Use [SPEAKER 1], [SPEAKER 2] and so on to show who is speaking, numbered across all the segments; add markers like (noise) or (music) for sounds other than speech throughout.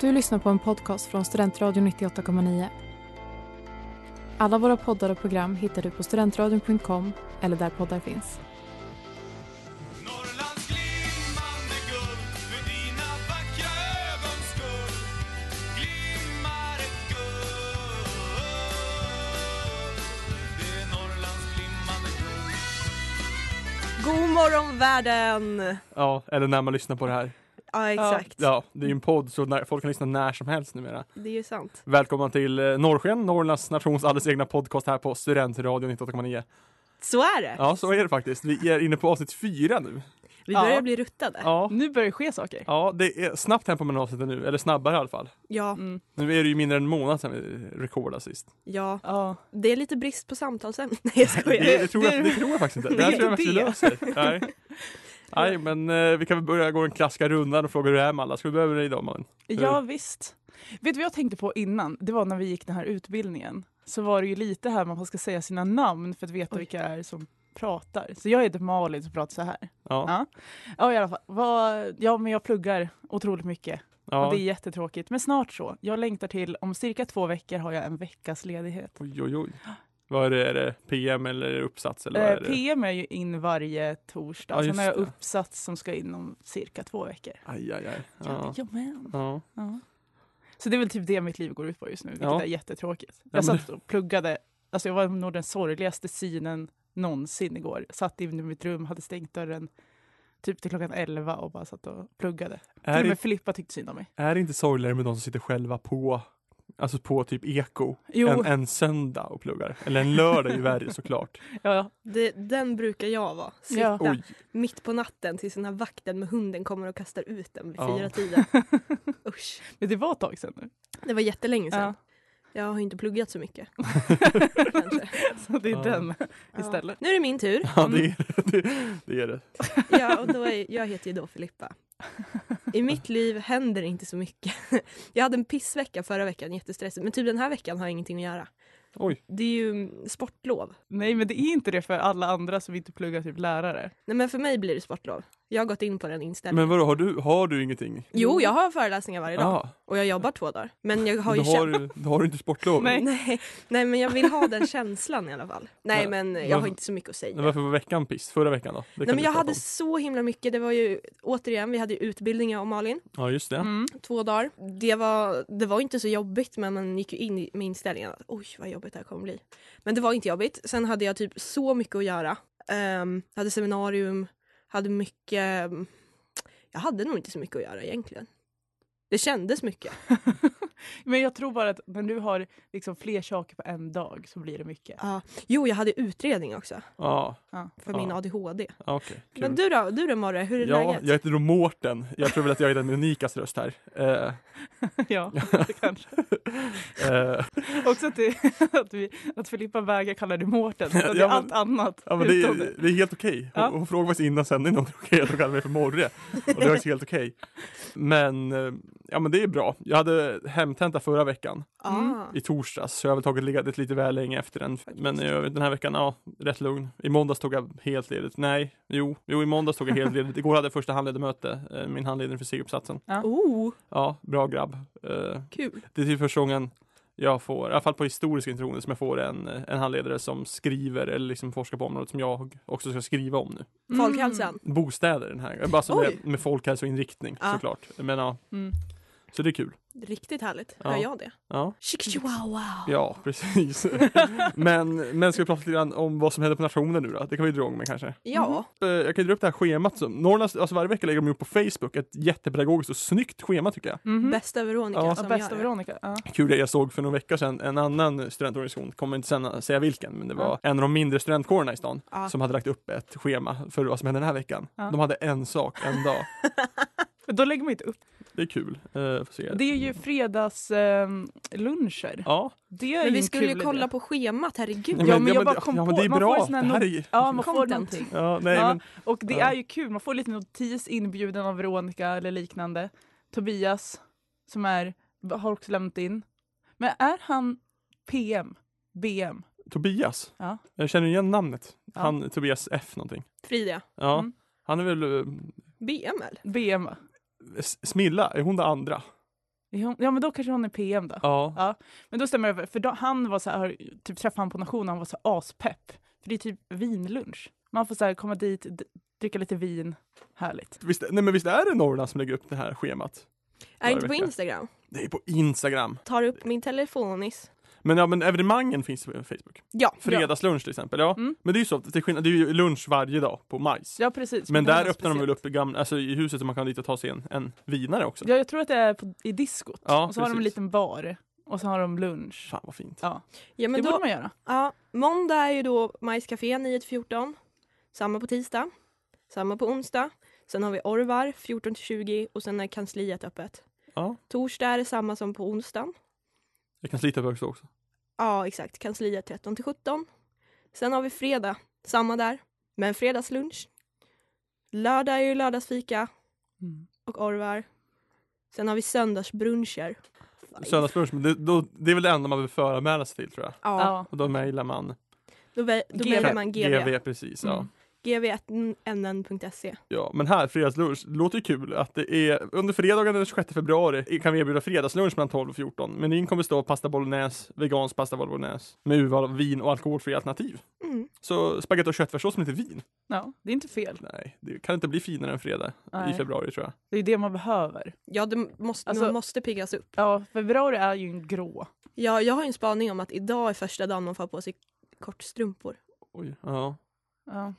[SPEAKER 1] Du lyssnar på en podcast från Studentradion 98,9. Alla våra poddar och program hittar du på studentradion.com eller där poddar finns.
[SPEAKER 2] Norrlands glimmande guld för dina vackra ögons skull glimmar ett guld. Det är Norrlands glimmande guld.
[SPEAKER 3] God morgon världen!
[SPEAKER 4] Ja, eller när man lyssnar på det här.
[SPEAKER 3] Ja exakt,
[SPEAKER 4] Ja, det är ju en podd så när, folk kan lyssna när som helst numera.
[SPEAKER 3] det är ju sant.
[SPEAKER 4] Välkomna till eh, Norrsken, Norrlands nations alldeles egna podcast här på Studentradion 98,9.
[SPEAKER 3] Så är det.
[SPEAKER 4] Ja, så är det faktiskt. Vi är inne på avsnitt fyra nu.
[SPEAKER 3] Vi börjar
[SPEAKER 5] Ja.
[SPEAKER 3] bli ruttade. Ja.
[SPEAKER 4] Ja,
[SPEAKER 5] Nu börjar det ske saker.
[SPEAKER 4] ja det är snabbt tempo mellan avsnitten nu, eller snabbare i alla fall.
[SPEAKER 3] Ja,
[SPEAKER 5] Mm.
[SPEAKER 4] Nu är det ju mindre än en månad sedan vi rekordade
[SPEAKER 5] (laughs)
[SPEAKER 4] sist.
[SPEAKER 5] Ja.
[SPEAKER 3] Det är lite brist på samtalsämnen. (laughs) Nej jag
[SPEAKER 4] Det,
[SPEAKER 3] skojar.
[SPEAKER 4] det, tror, jag, det tror jag faktiskt inte. Det här
[SPEAKER 5] det är
[SPEAKER 4] tror jag faktiskt
[SPEAKER 5] det.
[SPEAKER 4] löser. Nej.
[SPEAKER 5] (laughs)
[SPEAKER 4] Nej, men eh, vi kan väl börja gå den klassiska rundan och fråga hur det är med alla. Ska vi börja med dig idag, Malin?
[SPEAKER 5] ja, visst. Vet du vad jag tänkte på innan? Det var när vi gick den här utbildningen. Så var det ju lite här man ska säga sina namn för att veta
[SPEAKER 3] Oj.
[SPEAKER 5] vilka det är som pratar. Så jag heter Malin som pratar så här.
[SPEAKER 4] Ja.
[SPEAKER 5] Ja. Ja, i alla fall. Vad- ja, men jag pluggar otroligt mycket.
[SPEAKER 4] ja.
[SPEAKER 5] Och det är jättetråkigt. Men snart så. Jag längtar till, om cirka två veckor har jag en veckas ledighet.
[SPEAKER 4] Oj, oj, oj. Vad är det? Är det PM eller är det uppsats? Eller vad
[SPEAKER 5] Eh,
[SPEAKER 4] är det?
[SPEAKER 5] PM är ju in varje torsdag.
[SPEAKER 4] Ja,
[SPEAKER 5] Sen
[SPEAKER 4] just
[SPEAKER 5] har jag
[SPEAKER 4] det.
[SPEAKER 5] uppsats som ska in om cirka två veckor.
[SPEAKER 4] Aj, aj, aj.
[SPEAKER 5] Ja.
[SPEAKER 4] Ja.
[SPEAKER 5] Jajamän.
[SPEAKER 4] Ja.
[SPEAKER 5] Ja. Så det är väl typ det mitt liv går ut på just nu, vilket
[SPEAKER 4] Ja.
[SPEAKER 5] är jättetråkigt.
[SPEAKER 4] men
[SPEAKER 5] Jag satt och pluggade, alltså jag var nog den sorgligaste synen någonsin igår. Satt inne i mitt rum, hade stängt dörren typ till klockan 11 och bara satt och pluggade. Till
[SPEAKER 4] Är,
[SPEAKER 5] och med
[SPEAKER 4] det,
[SPEAKER 5] Filippa tyckte synd om mig.
[SPEAKER 4] är det inte sorgligare med de som sitter själva på Alltså på typ eko
[SPEAKER 5] Jo,
[SPEAKER 4] en, en söndag och pluggar. Eller en lördag är ju värre såklart.
[SPEAKER 5] (laughs)
[SPEAKER 3] (laughs)
[SPEAKER 5] ja, (laughs) ja.
[SPEAKER 3] Det, den brukar jag vara. Sitta
[SPEAKER 5] Ja.
[SPEAKER 4] Oj,
[SPEAKER 3] mitt på natten tills den här vakten med hunden kommer och kastar ut den vid
[SPEAKER 4] Ja.
[SPEAKER 3] fyra
[SPEAKER 5] (laughs)
[SPEAKER 3] tiden. Usch.
[SPEAKER 5] Men det var ett tag sedan nu.
[SPEAKER 3] Det var jättelänge
[SPEAKER 5] Ja.
[SPEAKER 3] sedan. Jag har inte pluggat så mycket. Kanske.
[SPEAKER 5] (laughs) Så det är
[SPEAKER 4] Ja.
[SPEAKER 5] den
[SPEAKER 3] Ja.
[SPEAKER 5] istället.
[SPEAKER 3] Nu är det min tur.
[SPEAKER 4] ja det är det. det, är det.
[SPEAKER 3] Ja, och då är, jag heter ju då Filippa. I mitt liv händer inte så mycket. (laughs) Jag hade en pissvecka förra veckan, jättestressigt. Men typ den här veckan har jag ingenting att göra.
[SPEAKER 4] Oj.
[SPEAKER 3] Det är ju mm, sportlov.
[SPEAKER 5] Nej, men det är inte det för alla andra som inte pluggar typ lärare.
[SPEAKER 3] Nej men för mig blir det sportlov. Jag har gått in på den inställningen.
[SPEAKER 4] Men vadå, har du, har du ingenting?
[SPEAKER 3] Jo jag har föreläsningar varje dag
[SPEAKER 4] Ja,
[SPEAKER 3] och jag jobbar två dagar. Men jag har
[SPEAKER 4] har
[SPEAKER 3] ju
[SPEAKER 4] då, har,
[SPEAKER 3] känt...
[SPEAKER 4] du- då har du inte sportlov.
[SPEAKER 5] Nej.
[SPEAKER 3] Nej, nej men jag vill ha den känslan i alla fall. Nej men jag har
[SPEAKER 4] Varför-
[SPEAKER 3] inte så mycket att säga.
[SPEAKER 4] Men varför var veckan piss? Förra veckan då? Det kan
[SPEAKER 3] Nej men
[SPEAKER 4] du
[SPEAKER 3] jag
[SPEAKER 4] prata
[SPEAKER 3] hade
[SPEAKER 4] om.
[SPEAKER 3] så himla mycket. Det var ju återigen, vi hade ju utbildningar om Malin.
[SPEAKER 4] Ja just det.
[SPEAKER 5] Mm.
[SPEAKER 3] två dagar. Det var, det var inte så jobbigt men man gick ju in i- med inställningen att oj vad jobbigt det här kommer bli. Men det var inte jobbigt. Sen hade jag typ så mycket att göra. Ehm, hade seminarium, hade mycket... Jag hade nog inte så mycket att göra egentligen. Det kändes mycket.
[SPEAKER 5] Men jag tror bara att när du har liksom fler saker på en dag så blir det mycket.
[SPEAKER 3] Ja. jo, jag hade utredning också
[SPEAKER 4] Ja,
[SPEAKER 3] för min
[SPEAKER 4] Ja.
[SPEAKER 3] ADHD.
[SPEAKER 4] Ah, okej. kul.
[SPEAKER 3] Men du då, du då Morre, hur är
[SPEAKER 4] ja,
[SPEAKER 3] läget?
[SPEAKER 4] jag heter då Mårten. Jag tror väl att jag är den unikaste röst här. Eh,
[SPEAKER 5] (laughs) ja, det kanske.
[SPEAKER 4] eh,
[SPEAKER 5] Också att, det, (laughs) att, vi, att Filippa vägrar kalla dig Mårten. utan
[SPEAKER 4] Ja,
[SPEAKER 5] det är
[SPEAKER 4] men-
[SPEAKER 5] allt annat.
[SPEAKER 4] Ja men det är,
[SPEAKER 5] utom det.
[SPEAKER 4] det är helt okej. Hon,
[SPEAKER 5] Ja.
[SPEAKER 4] hon frågade faktiskt innan sändningen om det var okej att hon kallade mig för Morre. Och det var faktiskt helt okej. Men, eh, ja men det är bra. Jag hade hemtenta förra veckan
[SPEAKER 3] ah.
[SPEAKER 4] i torsdags så jag har väl tagit ledigt lite väl länge efter den. Men i övrigt den här veckan, ja, rätt lugn. I måndags tog jag helt ledigt. Nej, jo, jo i måndags tog jag helt ledigt. Igår hade jag första handledarmöte, eh, min handledare för C-uppsatsen.
[SPEAKER 3] Oh,
[SPEAKER 4] Ja, bra grabb. Eh,
[SPEAKER 3] kul.
[SPEAKER 4] det är typ första gången jag får, i alla fall på historiska introduktioner, som jag får en, en handledare som skriver eller liksom forskar på området som jag också ska skriva om nu.
[SPEAKER 5] Mm.
[SPEAKER 3] Folkhälsan.
[SPEAKER 4] Bostäder den här gången, alltså
[SPEAKER 3] Oj.
[SPEAKER 4] med, med folkhälsoinriktning
[SPEAKER 3] Ja.
[SPEAKER 4] såklart. Men ja,
[SPEAKER 5] Mm.
[SPEAKER 4] så det är kul.
[SPEAKER 3] Riktigt härligt.
[SPEAKER 4] Ja.
[SPEAKER 3] Hör jag det?
[SPEAKER 4] Ja,
[SPEAKER 3] Chihuahua.
[SPEAKER 4] ja precis. (laughs) men, men ska vi prata lite grann om vad som händer på nationen nu då? Det kan vi dra igång med kanske.
[SPEAKER 3] Ja.
[SPEAKER 4] Eh, Jag kan dra upp det här schemat som Norrlands, alltså varje vecka lägger de upp på Facebook ett jättepedagogiskt och snyggt schema tycker jag.
[SPEAKER 5] Mhm.
[SPEAKER 3] Bästa Veronica
[SPEAKER 4] Mm. Ja.
[SPEAKER 5] Ja,
[SPEAKER 3] som
[SPEAKER 5] bästa
[SPEAKER 3] gör det.
[SPEAKER 5] Veronica. Ja.
[SPEAKER 4] kul grej jag såg för några veckor sedan. En annan studentorganisation, kommer inte sen säga vilken, men det var en av de mindre studentkårerna i stan
[SPEAKER 3] Ja.
[SPEAKER 4] som hade lagt upp ett schema för vad som hände den här veckan.
[SPEAKER 5] Ja.
[SPEAKER 4] De hade en sak, en
[SPEAKER 5] (laughs)
[SPEAKER 4] dag.
[SPEAKER 3] (laughs)
[SPEAKER 5] Men Då lägger man inte upp.
[SPEAKER 4] Det är kul. Uh, får se.
[SPEAKER 5] Det är ju fredagsluncher.
[SPEAKER 4] Ja,
[SPEAKER 5] Det är
[SPEAKER 3] Men
[SPEAKER 5] ju
[SPEAKER 3] vi
[SPEAKER 5] en
[SPEAKER 3] skulle ju
[SPEAKER 5] kul
[SPEAKER 3] kolla
[SPEAKER 5] idé.
[SPEAKER 3] på schemat, herregud.
[SPEAKER 5] men- jag bara kom
[SPEAKER 4] ja,
[SPEAKER 5] på-
[SPEAKER 4] men det är
[SPEAKER 5] man får
[SPEAKER 4] bra.
[SPEAKER 5] ju såna här
[SPEAKER 4] det här är ju...
[SPEAKER 5] Ja, man får
[SPEAKER 3] Content.
[SPEAKER 5] någonting.
[SPEAKER 4] Ja, nej,
[SPEAKER 5] Ja.
[SPEAKER 4] men,
[SPEAKER 5] Och det
[SPEAKER 4] Ja.
[SPEAKER 5] är ju kul, man får lite notis inbjuden av Veronica eller liknande. Tobias som är, har också lämnat in. Men är han PM? BM?
[SPEAKER 4] Tobias.
[SPEAKER 5] Ja.
[SPEAKER 4] Jag känner igen namnet.
[SPEAKER 5] Ja.
[SPEAKER 4] Han, Tobias F någonting.
[SPEAKER 3] Frida.
[SPEAKER 4] Ja.
[SPEAKER 5] Mm.
[SPEAKER 4] Han är väl eh,
[SPEAKER 3] BM eller?
[SPEAKER 5] BM va?
[SPEAKER 4] S- Smilla, är hon det andra?
[SPEAKER 5] Är hon- Ja, men då kanske hon är PM då.
[SPEAKER 4] Ja.
[SPEAKER 5] Ja. Men då stämmer det, för då, han var så här, typ träffade han på nationen han var så här aspepp. För det är typ vinlunch. Man får så här komma dit, d- dricka lite vin, härligt.
[SPEAKER 4] Visst, nej men visst är det Norrland som lägger upp det här schemat?
[SPEAKER 3] Är inte på
[SPEAKER 4] vecka.
[SPEAKER 3] Instagram.
[SPEAKER 4] Det är på Instagram.
[SPEAKER 3] Tar upp min telefonis.
[SPEAKER 4] Men ja, men evenemangen finns på Facebook.
[SPEAKER 3] Ja.
[SPEAKER 4] Fredagslunch till exempel, ja.
[SPEAKER 5] Mm.
[SPEAKER 4] Men det är ju så, till skillnad, det är ju lunch varje dag på Majs.
[SPEAKER 5] Ja, precis.
[SPEAKER 4] Men
[SPEAKER 5] det här
[SPEAKER 4] där
[SPEAKER 5] var
[SPEAKER 4] öppnar de väl
[SPEAKER 5] speciellt.
[SPEAKER 4] upp gamla, alltså i huset så man kan dit och ta sig en, en vinare också.
[SPEAKER 5] Ja, jag tror att det är på, i diskot.
[SPEAKER 4] Ja,
[SPEAKER 5] och så har de en
[SPEAKER 4] precis.
[SPEAKER 5] liten bar. Och så har de lunch.
[SPEAKER 4] Fan vad fint.
[SPEAKER 5] Ja.
[SPEAKER 3] ja men
[SPEAKER 5] det
[SPEAKER 3] då,
[SPEAKER 5] borde man göra.
[SPEAKER 3] ja, måndag är ju då Majs Café 9 till 14. Samma på tisdag. Samma på onsdag. Sen har vi Orvar 14 till 20 och sen är kansliet öppet.
[SPEAKER 4] Ja.
[SPEAKER 3] Torsdag är det samma som på onsdagen.
[SPEAKER 4] Jag kan slita på högsta också.
[SPEAKER 3] Ja, exakt. Kansliet 13 till 17. Sen har vi fredag, samma där, med en fredagslunch. Lördag är ju lördagsfika
[SPEAKER 5] Mm.
[SPEAKER 3] och orvar. Sen har vi söndagsbruncher.
[SPEAKER 4] Söndagslunch, men det, då, det är väl det enda man behöver föranmäla sig till tror jag.
[SPEAKER 3] Ja,
[SPEAKER 5] Ja.
[SPEAKER 4] Och då mejlar man.
[SPEAKER 3] då, vä- då
[SPEAKER 5] GV.
[SPEAKER 3] väljer man GV.
[SPEAKER 4] precis. Ja.
[SPEAKER 5] Mm.
[SPEAKER 3] gv1nn.se.
[SPEAKER 4] ja. Men här, fredagslunch, det låter ju kul att det är under fredagen den 26 februari kan vi erbjuda fredagslunch mellan 12 och 14. Menyn kommer stå pasta bolognese, vegansk pasta bolognese med urval av vin och alkoholfria alternativ.
[SPEAKER 3] Mm.
[SPEAKER 4] Så spagetti och köttfärssås med lite vin.
[SPEAKER 5] ja, det är inte fel.
[SPEAKER 4] Nej, det kan inte bli finare än fredag i
[SPEAKER 5] Nej.
[SPEAKER 4] februari tror jag.
[SPEAKER 5] Det är det man behöver.
[SPEAKER 3] Ja, det måste,
[SPEAKER 5] Alltså-
[SPEAKER 3] man måste piggas upp.
[SPEAKER 5] Ja, februari är ju en grå.
[SPEAKER 3] Ja, jag har ju en spaning om att idag är första dagen man får på sig kortstrumpor.
[SPEAKER 4] Oj, ja.
[SPEAKER 5] Ja.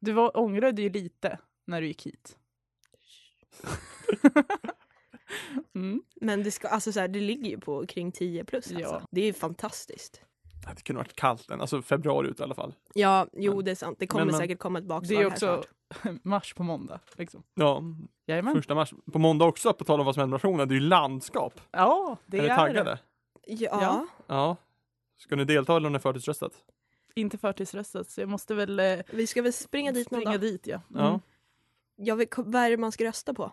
[SPEAKER 5] Du var, ångrade ju lite när du gick (laughs) hit. mm.
[SPEAKER 3] Men det, ska, alltså så här, det ligger ju på kring 10 plus. Alltså.
[SPEAKER 5] Ja.
[SPEAKER 3] Det är ju fantastiskt.
[SPEAKER 4] Det kunde varit kallt än, alltså februari ut i alla fall.
[SPEAKER 3] Ja, jo
[SPEAKER 4] Men-
[SPEAKER 3] det är sant. Det kommer
[SPEAKER 4] men man-
[SPEAKER 3] säkert komma ett
[SPEAKER 5] Det
[SPEAKER 3] bakslag
[SPEAKER 5] är
[SPEAKER 3] här
[SPEAKER 5] också (laughs)
[SPEAKER 3] snart.
[SPEAKER 5] mars på måndag. Liksom.
[SPEAKER 4] Ja,
[SPEAKER 5] Jajamän.
[SPEAKER 4] första mars. På måndag också, på tal om vad som händer med nationen, det är ju landskap.
[SPEAKER 5] Ja, det
[SPEAKER 4] är ni
[SPEAKER 5] är,
[SPEAKER 4] taggade?
[SPEAKER 5] det.
[SPEAKER 3] Ja.
[SPEAKER 5] Ja.
[SPEAKER 4] Ja. Ska ni delta eller om ni har förtidsröstat?
[SPEAKER 5] Inte förtidsröstat, så jag måste väl eh,
[SPEAKER 3] Vi ska väl springa dit någon
[SPEAKER 5] springa
[SPEAKER 3] dag.
[SPEAKER 5] dit. Ja.
[SPEAKER 4] Ja.
[SPEAKER 5] Mm.
[SPEAKER 3] Jag vet, vad är det man ska rösta på?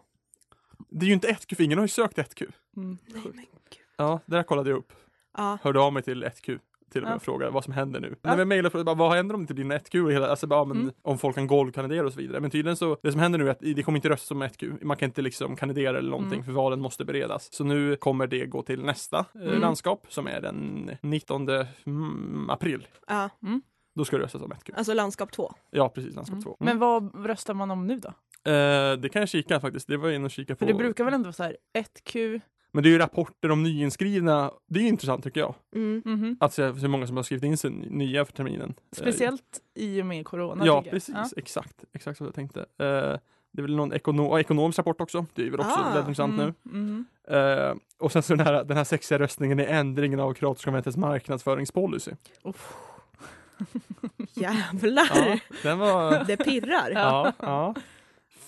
[SPEAKER 4] Det är ju inte 1Q, för ingen har ju sökt 1Q.
[SPEAKER 5] Mm.
[SPEAKER 3] Nej, men gud.
[SPEAKER 4] Ja, det där kollade jag upp.
[SPEAKER 3] Ja.
[SPEAKER 4] Hörde av mig till 1Q till och med
[SPEAKER 5] Ja.
[SPEAKER 4] och frågade vad som händer nu.
[SPEAKER 5] Ja.
[SPEAKER 4] När jag mejlade och frågade bara, vad händer om det inte blir en 1Q? Och hela, alltså, bara, ja, men,
[SPEAKER 5] Mm.
[SPEAKER 4] Om folk kan golvkandidera och så vidare. Men tydligen så, det som händer nu är att det kommer inte rösta som 1Q. Man kan inte liksom kandidera eller någonting
[SPEAKER 5] Mm.
[SPEAKER 4] för valen måste beredas. Så nu kommer det gå till nästa eh,
[SPEAKER 5] Mm.
[SPEAKER 4] landskap som är den 19 mm, april.
[SPEAKER 3] ja.
[SPEAKER 4] Då ska det röstas om 1Q.
[SPEAKER 3] Alltså landskap 2.
[SPEAKER 4] Ja, precis, landskap
[SPEAKER 5] Mm.
[SPEAKER 4] 2.
[SPEAKER 5] Men vad röstar man om nu då?
[SPEAKER 4] Eh, det kan jag kika faktiskt. Det var jag inne och kika på.
[SPEAKER 5] För det brukar väl ändå vara så här 1Q,
[SPEAKER 4] Men det är ju rapporter om nyinskrivna. Det är ju intressant tycker jag.
[SPEAKER 3] Mm.
[SPEAKER 5] mhm.
[SPEAKER 4] Att se hur många som har skrivit in sig nya för terminen. Eh,
[SPEAKER 5] speciellt i och med corona.
[SPEAKER 4] Ja,
[SPEAKER 5] tänker jag.
[SPEAKER 4] precis.
[SPEAKER 5] Ja.
[SPEAKER 4] Exakt. Exakt som jag tänkte. Eh, det är väl någon ekono- ja, ekonomisk rapport också. Det är väl också
[SPEAKER 3] Ah,
[SPEAKER 4] väldigt intressant nu.
[SPEAKER 5] Mm, mhm.
[SPEAKER 4] Eh, och sen så den här, den här sexiga röstningen är ändringen av kroatiska konventets marknadsföringspolicy.
[SPEAKER 5] Uff. mm-hmm. (laughs)
[SPEAKER 3] Jävlar!
[SPEAKER 4] Ja, den var...
[SPEAKER 3] Det pirrar.
[SPEAKER 4] ja, ja.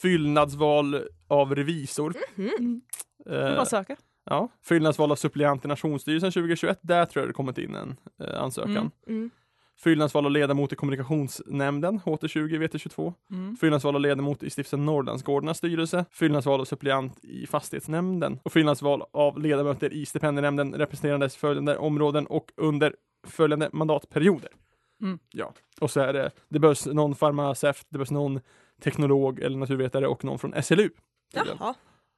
[SPEAKER 4] Fyllnadsval av revisor.
[SPEAKER 5] Mm. Det är
[SPEAKER 4] Eh,
[SPEAKER 5] bara att söka.
[SPEAKER 4] Ja, fyllnadsval av suppleant i Nationsstyrelsen 2021. Där tror jag det kommit in en eh, ansökan.
[SPEAKER 5] Mm.
[SPEAKER 3] Mm.
[SPEAKER 4] Fyllnadsval av ledamot i kommunikationsnämnden, HT20, VT22.
[SPEAKER 5] Mm.
[SPEAKER 4] Fyllnadsval av ledamot i stiftelsen Norrlandsgårdarnas styrelse. Fyllnadsval av suppleant i fastighetsnämnden. Och fyllnadsval av ledamöter i stipendienämnden representerandes följande områden och under följande mandatperioder.
[SPEAKER 5] Mm.
[SPEAKER 4] Ja, och så är det, det behövs någon farmaceut, det behövs någon teknolog eller naturvetare och någon från SLU.
[SPEAKER 3] Jaha.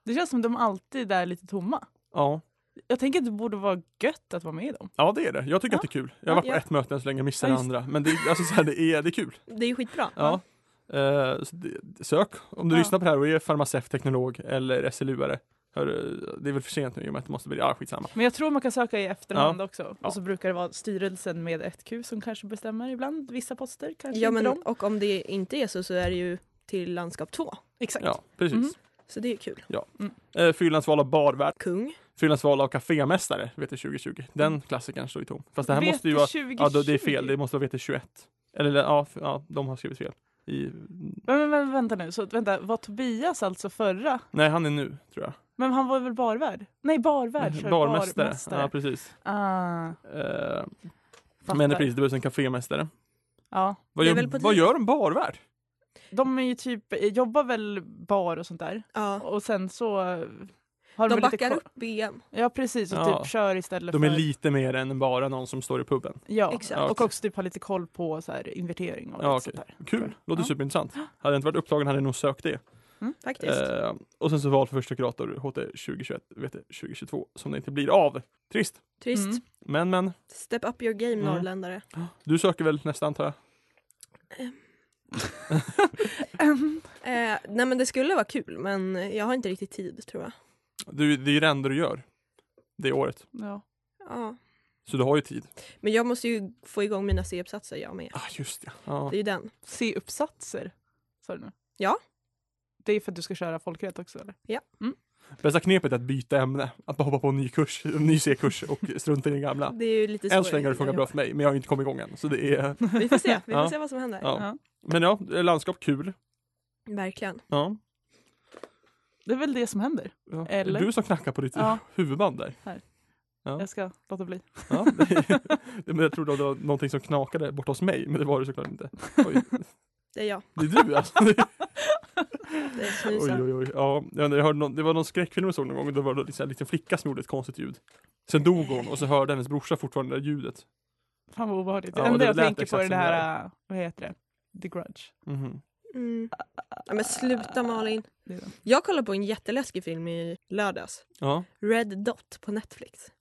[SPEAKER 5] Det känns som de alltid är lite tomma.
[SPEAKER 4] Ja.
[SPEAKER 5] Jag tänker att det borde vara gött att vara med i dem.
[SPEAKER 4] ja, det är det. Jag tycker
[SPEAKER 5] Ja.
[SPEAKER 4] att det är kul. Jag har varit på
[SPEAKER 3] Ja.
[SPEAKER 4] ett möte än så länge, jag missar
[SPEAKER 5] Ja,
[SPEAKER 4] det
[SPEAKER 5] just
[SPEAKER 4] andra. Men det, är- alltså, så här, det, är, det är kul.
[SPEAKER 3] Det är ju skitbra.
[SPEAKER 4] Ja. Eh, så det- sök om du
[SPEAKER 5] Ja.
[SPEAKER 4] lyssnar på det här och är farmaceut, teknolog eller SLU-are. Hör, eh, det är väl för sent nu i och med att det måste bli, ja skitsamma.
[SPEAKER 5] Men jag tror man kan söka i efterhand också.
[SPEAKER 4] Ja.
[SPEAKER 5] Och så brukar det vara styrelsen med 1Q som kanske bestämmer ibland. Vissa poster kanske
[SPEAKER 3] Ja,
[SPEAKER 5] inte
[SPEAKER 3] men,
[SPEAKER 5] de.
[SPEAKER 3] och om det inte är så så är det ju till landskap 2.
[SPEAKER 5] Exakt.
[SPEAKER 4] Ja, precis.
[SPEAKER 5] Mhm.
[SPEAKER 3] Så det är kul.
[SPEAKER 4] Eh, fyllnadsval av barvärd,
[SPEAKER 3] Kung.
[SPEAKER 4] fyllnadsval av kafémästare, VT 2020. Den klassikern står ju tom. Fast det här måste ju vara,
[SPEAKER 5] VT2020.
[SPEAKER 4] ja då- det är fel, det måste vara VT 21. Eller ja, f- ja, de har skrivit fel. I,
[SPEAKER 5] Men, men, men vänta nu, så, vänta, var Tobias alltså förra?
[SPEAKER 4] nej, han är nu tror jag.
[SPEAKER 5] Men han var väl barvärd? Nej, barvärd. sa jag.
[SPEAKER 4] Mm, Barmästare. Ja,
[SPEAKER 5] barmästare.
[SPEAKER 4] precis.
[SPEAKER 5] Ah,
[SPEAKER 4] Eh,
[SPEAKER 5] fattar.
[SPEAKER 4] men precis, det behövs en kafémästare.
[SPEAKER 5] Ja.
[SPEAKER 4] Vad
[SPEAKER 3] Det är väl på
[SPEAKER 4] gör, vad
[SPEAKER 3] tiden.
[SPEAKER 4] gör en barvärd?
[SPEAKER 5] De är ju typ, jobbar väl bar och sånt där.
[SPEAKER 3] Ja.
[SPEAKER 5] Och sen så eh,
[SPEAKER 3] De
[SPEAKER 5] har väl lite
[SPEAKER 3] backar
[SPEAKER 5] ko-
[SPEAKER 3] upp BM.
[SPEAKER 5] Ja precis, och
[SPEAKER 4] Ja.
[SPEAKER 5] typ kör istället
[SPEAKER 4] De
[SPEAKER 5] för...
[SPEAKER 4] är lite mer än bara någon som står i puben.
[SPEAKER 5] Ja,
[SPEAKER 3] Exakt.
[SPEAKER 5] och
[SPEAKER 4] okej.
[SPEAKER 5] också typ ha lite koll på så här, invertering och
[SPEAKER 4] Ja,
[SPEAKER 5] lite
[SPEAKER 4] okej.
[SPEAKER 5] sånt där.
[SPEAKER 4] Kul, låter
[SPEAKER 5] Ja.
[SPEAKER 4] superintressant. Hade jag inte varit upptagen hade jag nog sökt det.
[SPEAKER 3] faktiskt.
[SPEAKER 4] Eh, och sen så val för första kurator HT 2021, vet det, 2022, som det inte blir av. Trist.
[SPEAKER 3] Trist.
[SPEAKER 5] Mm.
[SPEAKER 4] Men men,
[SPEAKER 3] Step up your game
[SPEAKER 4] Mm.
[SPEAKER 3] norrländare.
[SPEAKER 4] du söker väl nästa antar jag?
[SPEAKER 3] Eh, nej men det skulle vara kul men jag har inte riktigt tid tror jag.
[SPEAKER 4] Du, det är ju det enda du gör det året.
[SPEAKER 5] (clears throat) Ja.
[SPEAKER 3] Ja.
[SPEAKER 4] Så du har ju tid.
[SPEAKER 3] Men jag måste ju få igång mina C-uppsatser jag med.
[SPEAKER 4] Ah, just det. Ja.
[SPEAKER 3] Det är ju den.
[SPEAKER 5] C-uppsatser, sa du nu?
[SPEAKER 3] Ja.
[SPEAKER 5] Det är för att du ska köra folkrätt också eller?
[SPEAKER 4] Bästa knepet är att byta ämne. Att bara hoppa på en ny kurs, en ny C-kurs och strunta i den gamla.
[SPEAKER 3] Det är ju lite
[SPEAKER 4] Än
[SPEAKER 3] svårare.
[SPEAKER 4] så länge har det funkat bra för mig, men jag har ju inte kommit igång än. Så det är,
[SPEAKER 3] Vi får se, vi får
[SPEAKER 4] Ja.
[SPEAKER 3] se vad som händer.
[SPEAKER 4] ja.
[SPEAKER 5] Ja.
[SPEAKER 4] Men ja, landskap kul.
[SPEAKER 3] Verkligen.
[SPEAKER 4] Ja.
[SPEAKER 5] Det är väl det som händer.
[SPEAKER 4] Ja.
[SPEAKER 5] Eller?
[SPEAKER 4] Du som knackar på ditt
[SPEAKER 5] Ja.
[SPEAKER 4] huvudband där. Ja.
[SPEAKER 5] Jag ska låta bli.
[SPEAKER 4] (laughs) Ja. men jag trodde att det var någonting som knakade bort hos mig, men det var det såklart inte. Oj,
[SPEAKER 3] Det är jag.
[SPEAKER 4] det är du alltså.
[SPEAKER 3] Det är
[SPEAKER 4] Oj,
[SPEAKER 3] snusen.
[SPEAKER 4] oj, oj. Ja, jag hörde någon, det var någon skräckfilm jag såg någon gång och då var det liksom en liten flicka som gjorde ett konstigt ljud. Sen dog hon och så hörde hennes brorsa fortfarande det där ljudet.
[SPEAKER 5] Fan vad obehagligt.
[SPEAKER 4] Ja,
[SPEAKER 5] det enda
[SPEAKER 4] det
[SPEAKER 5] jag
[SPEAKER 4] lät
[SPEAKER 5] tänker på
[SPEAKER 4] exakt
[SPEAKER 5] är det
[SPEAKER 4] som det
[SPEAKER 5] här, äh, vad heter det? The Grudge.
[SPEAKER 4] Mhm.
[SPEAKER 3] Mm. Ja, men sluta Malin.
[SPEAKER 5] Det är den.
[SPEAKER 3] Jag kollade på en jätteläskig film i lördags.
[SPEAKER 4] Ja.
[SPEAKER 3] Red Dot på Netflix.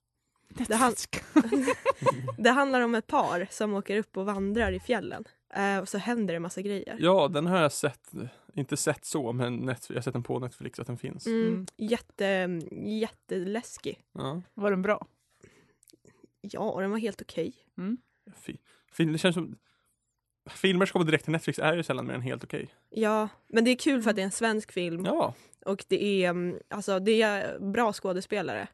[SPEAKER 5] Det
[SPEAKER 3] han-
[SPEAKER 5] är
[SPEAKER 3] Det handlar om ett par som åker upp och vandrar i fjällen. Eh, och så händer det massa grejer.
[SPEAKER 4] ja, den har jag sett. Inte sett så, men net, jag har sett den på Netflix att den finns.
[SPEAKER 3] Mm.
[SPEAKER 5] Mm.
[SPEAKER 3] Jätte, jätteläskig.
[SPEAKER 4] Ja.
[SPEAKER 5] (laughs) Var den bra?
[SPEAKER 3] Ja, och den var helt okej.
[SPEAKER 4] Fi, film, det känns som... Filmer som kommer direkt till Netflix är ju sällan mer än helt okej.
[SPEAKER 3] Ja, men det är kul för att det är en svensk film
[SPEAKER 4] Ja.
[SPEAKER 3] och det är, mm, alltså, det är bra skådespelare.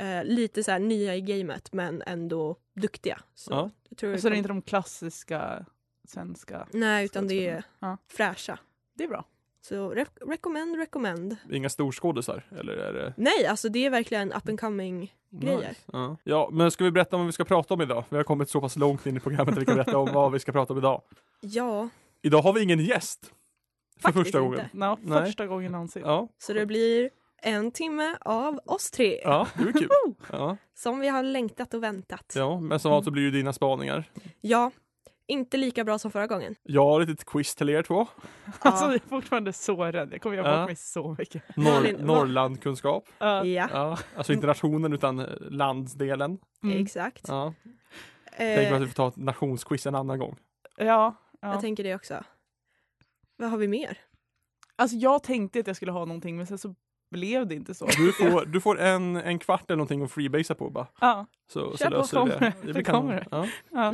[SPEAKER 3] Eh, lite så här nya i gamet men ändå duktiga. Så,
[SPEAKER 4] Ja.
[SPEAKER 3] jag tror
[SPEAKER 5] Så det är inte de klassiska svenska.
[SPEAKER 3] Nej, utan det är
[SPEAKER 5] Ja.
[SPEAKER 3] fräscha.
[SPEAKER 5] Det är bra.
[SPEAKER 3] Så re- recommend, recommend.
[SPEAKER 4] Inga storskådisar, eller är det...
[SPEAKER 3] Nej, alltså det är verkligen up and coming. Grejer.
[SPEAKER 4] Nice. Ja. ja, men ska vi berätta om vad vi ska prata om idag? Vi har kommit så pass långt in i programmet att vi kan berätta om vad vi ska prata om idag.
[SPEAKER 3] Ja,
[SPEAKER 4] Idag har vi ingen gäst. För
[SPEAKER 3] Faktiskt
[SPEAKER 4] första gången.
[SPEAKER 3] inte.
[SPEAKER 5] Ja,
[SPEAKER 4] Nej.
[SPEAKER 5] första gången någonsin.
[SPEAKER 4] Ja,
[SPEAKER 3] så det blir en timme av oss tre
[SPEAKER 4] ja, det är kul. Ja,
[SPEAKER 3] som vi har längtat och väntat. Ja.
[SPEAKER 4] ja, men som vanligt så blir ju dina spaningar.
[SPEAKER 3] inte lika bra som förra gången.
[SPEAKER 4] Jag har ett litet quiz till er två.
[SPEAKER 5] (laughs) Alltså
[SPEAKER 3] Ja.
[SPEAKER 5] jag är fortfarande så rädd. Jag kommer göra
[SPEAKER 4] Ja.
[SPEAKER 5] bort mig så mycket.
[SPEAKER 4] Norr,
[SPEAKER 3] Malin, vad-
[SPEAKER 4] Norrlandkunskap.
[SPEAKER 5] Ja.
[SPEAKER 3] Ja,
[SPEAKER 4] Ja, alltså inte nationen utan eh, landsdelen.
[SPEAKER 5] Mm.
[SPEAKER 3] exakt.
[SPEAKER 4] Ja. Tänk
[SPEAKER 3] Eh,
[SPEAKER 4] mig att vi får ta ett nationsquiz en annan gång.
[SPEAKER 5] Ja,
[SPEAKER 3] Jag
[SPEAKER 5] ja.
[SPEAKER 3] tänker det också. Vad har vi mer?
[SPEAKER 5] Alltså jag tänkte att jag skulle ha någonting men sen så blev
[SPEAKER 4] (laughs)
[SPEAKER 5] det inte så.
[SPEAKER 4] Du får, du får en, en kvart eller någonting att freebasea på bara.
[SPEAKER 5] Ja,
[SPEAKER 4] Så, så
[SPEAKER 5] Kör på,
[SPEAKER 4] löser du
[SPEAKER 5] kommer
[SPEAKER 4] det.
[SPEAKER 5] det.
[SPEAKER 4] Det
[SPEAKER 5] Det
[SPEAKER 4] blir kanon.
[SPEAKER 5] kommer det.
[SPEAKER 4] Ja.
[SPEAKER 5] ja.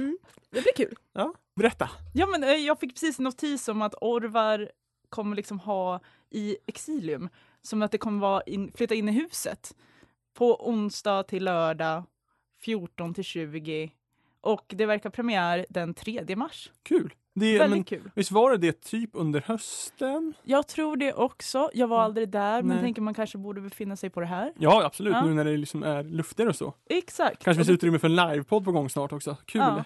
[SPEAKER 3] Det blir kul.
[SPEAKER 4] Ja. Berätta!
[SPEAKER 5] ja men eh, jag fick precis en notis om att Orvar kommer liksom ha i exilium. Som att det kommer vara in, flytta in i huset. På onsdag till lördag 14 till 20. Och det verkar premiär den 3 mars.
[SPEAKER 4] Kul! Det, är- men,
[SPEAKER 5] Väldigt kul.
[SPEAKER 4] visst var det det typ under hösten?
[SPEAKER 5] Jag tror det också. Jag var aldrig där men
[SPEAKER 4] Nej.
[SPEAKER 5] tänker man kanske borde befinna sig på det här.
[SPEAKER 4] Ja, absolut.
[SPEAKER 5] Ja.
[SPEAKER 4] Nu när det liksom är luftigare och så.
[SPEAKER 5] Exakt.
[SPEAKER 4] Kanske
[SPEAKER 5] Och
[SPEAKER 4] finns utrymme för en livepodd på gång snart också. Kul!
[SPEAKER 5] Ja.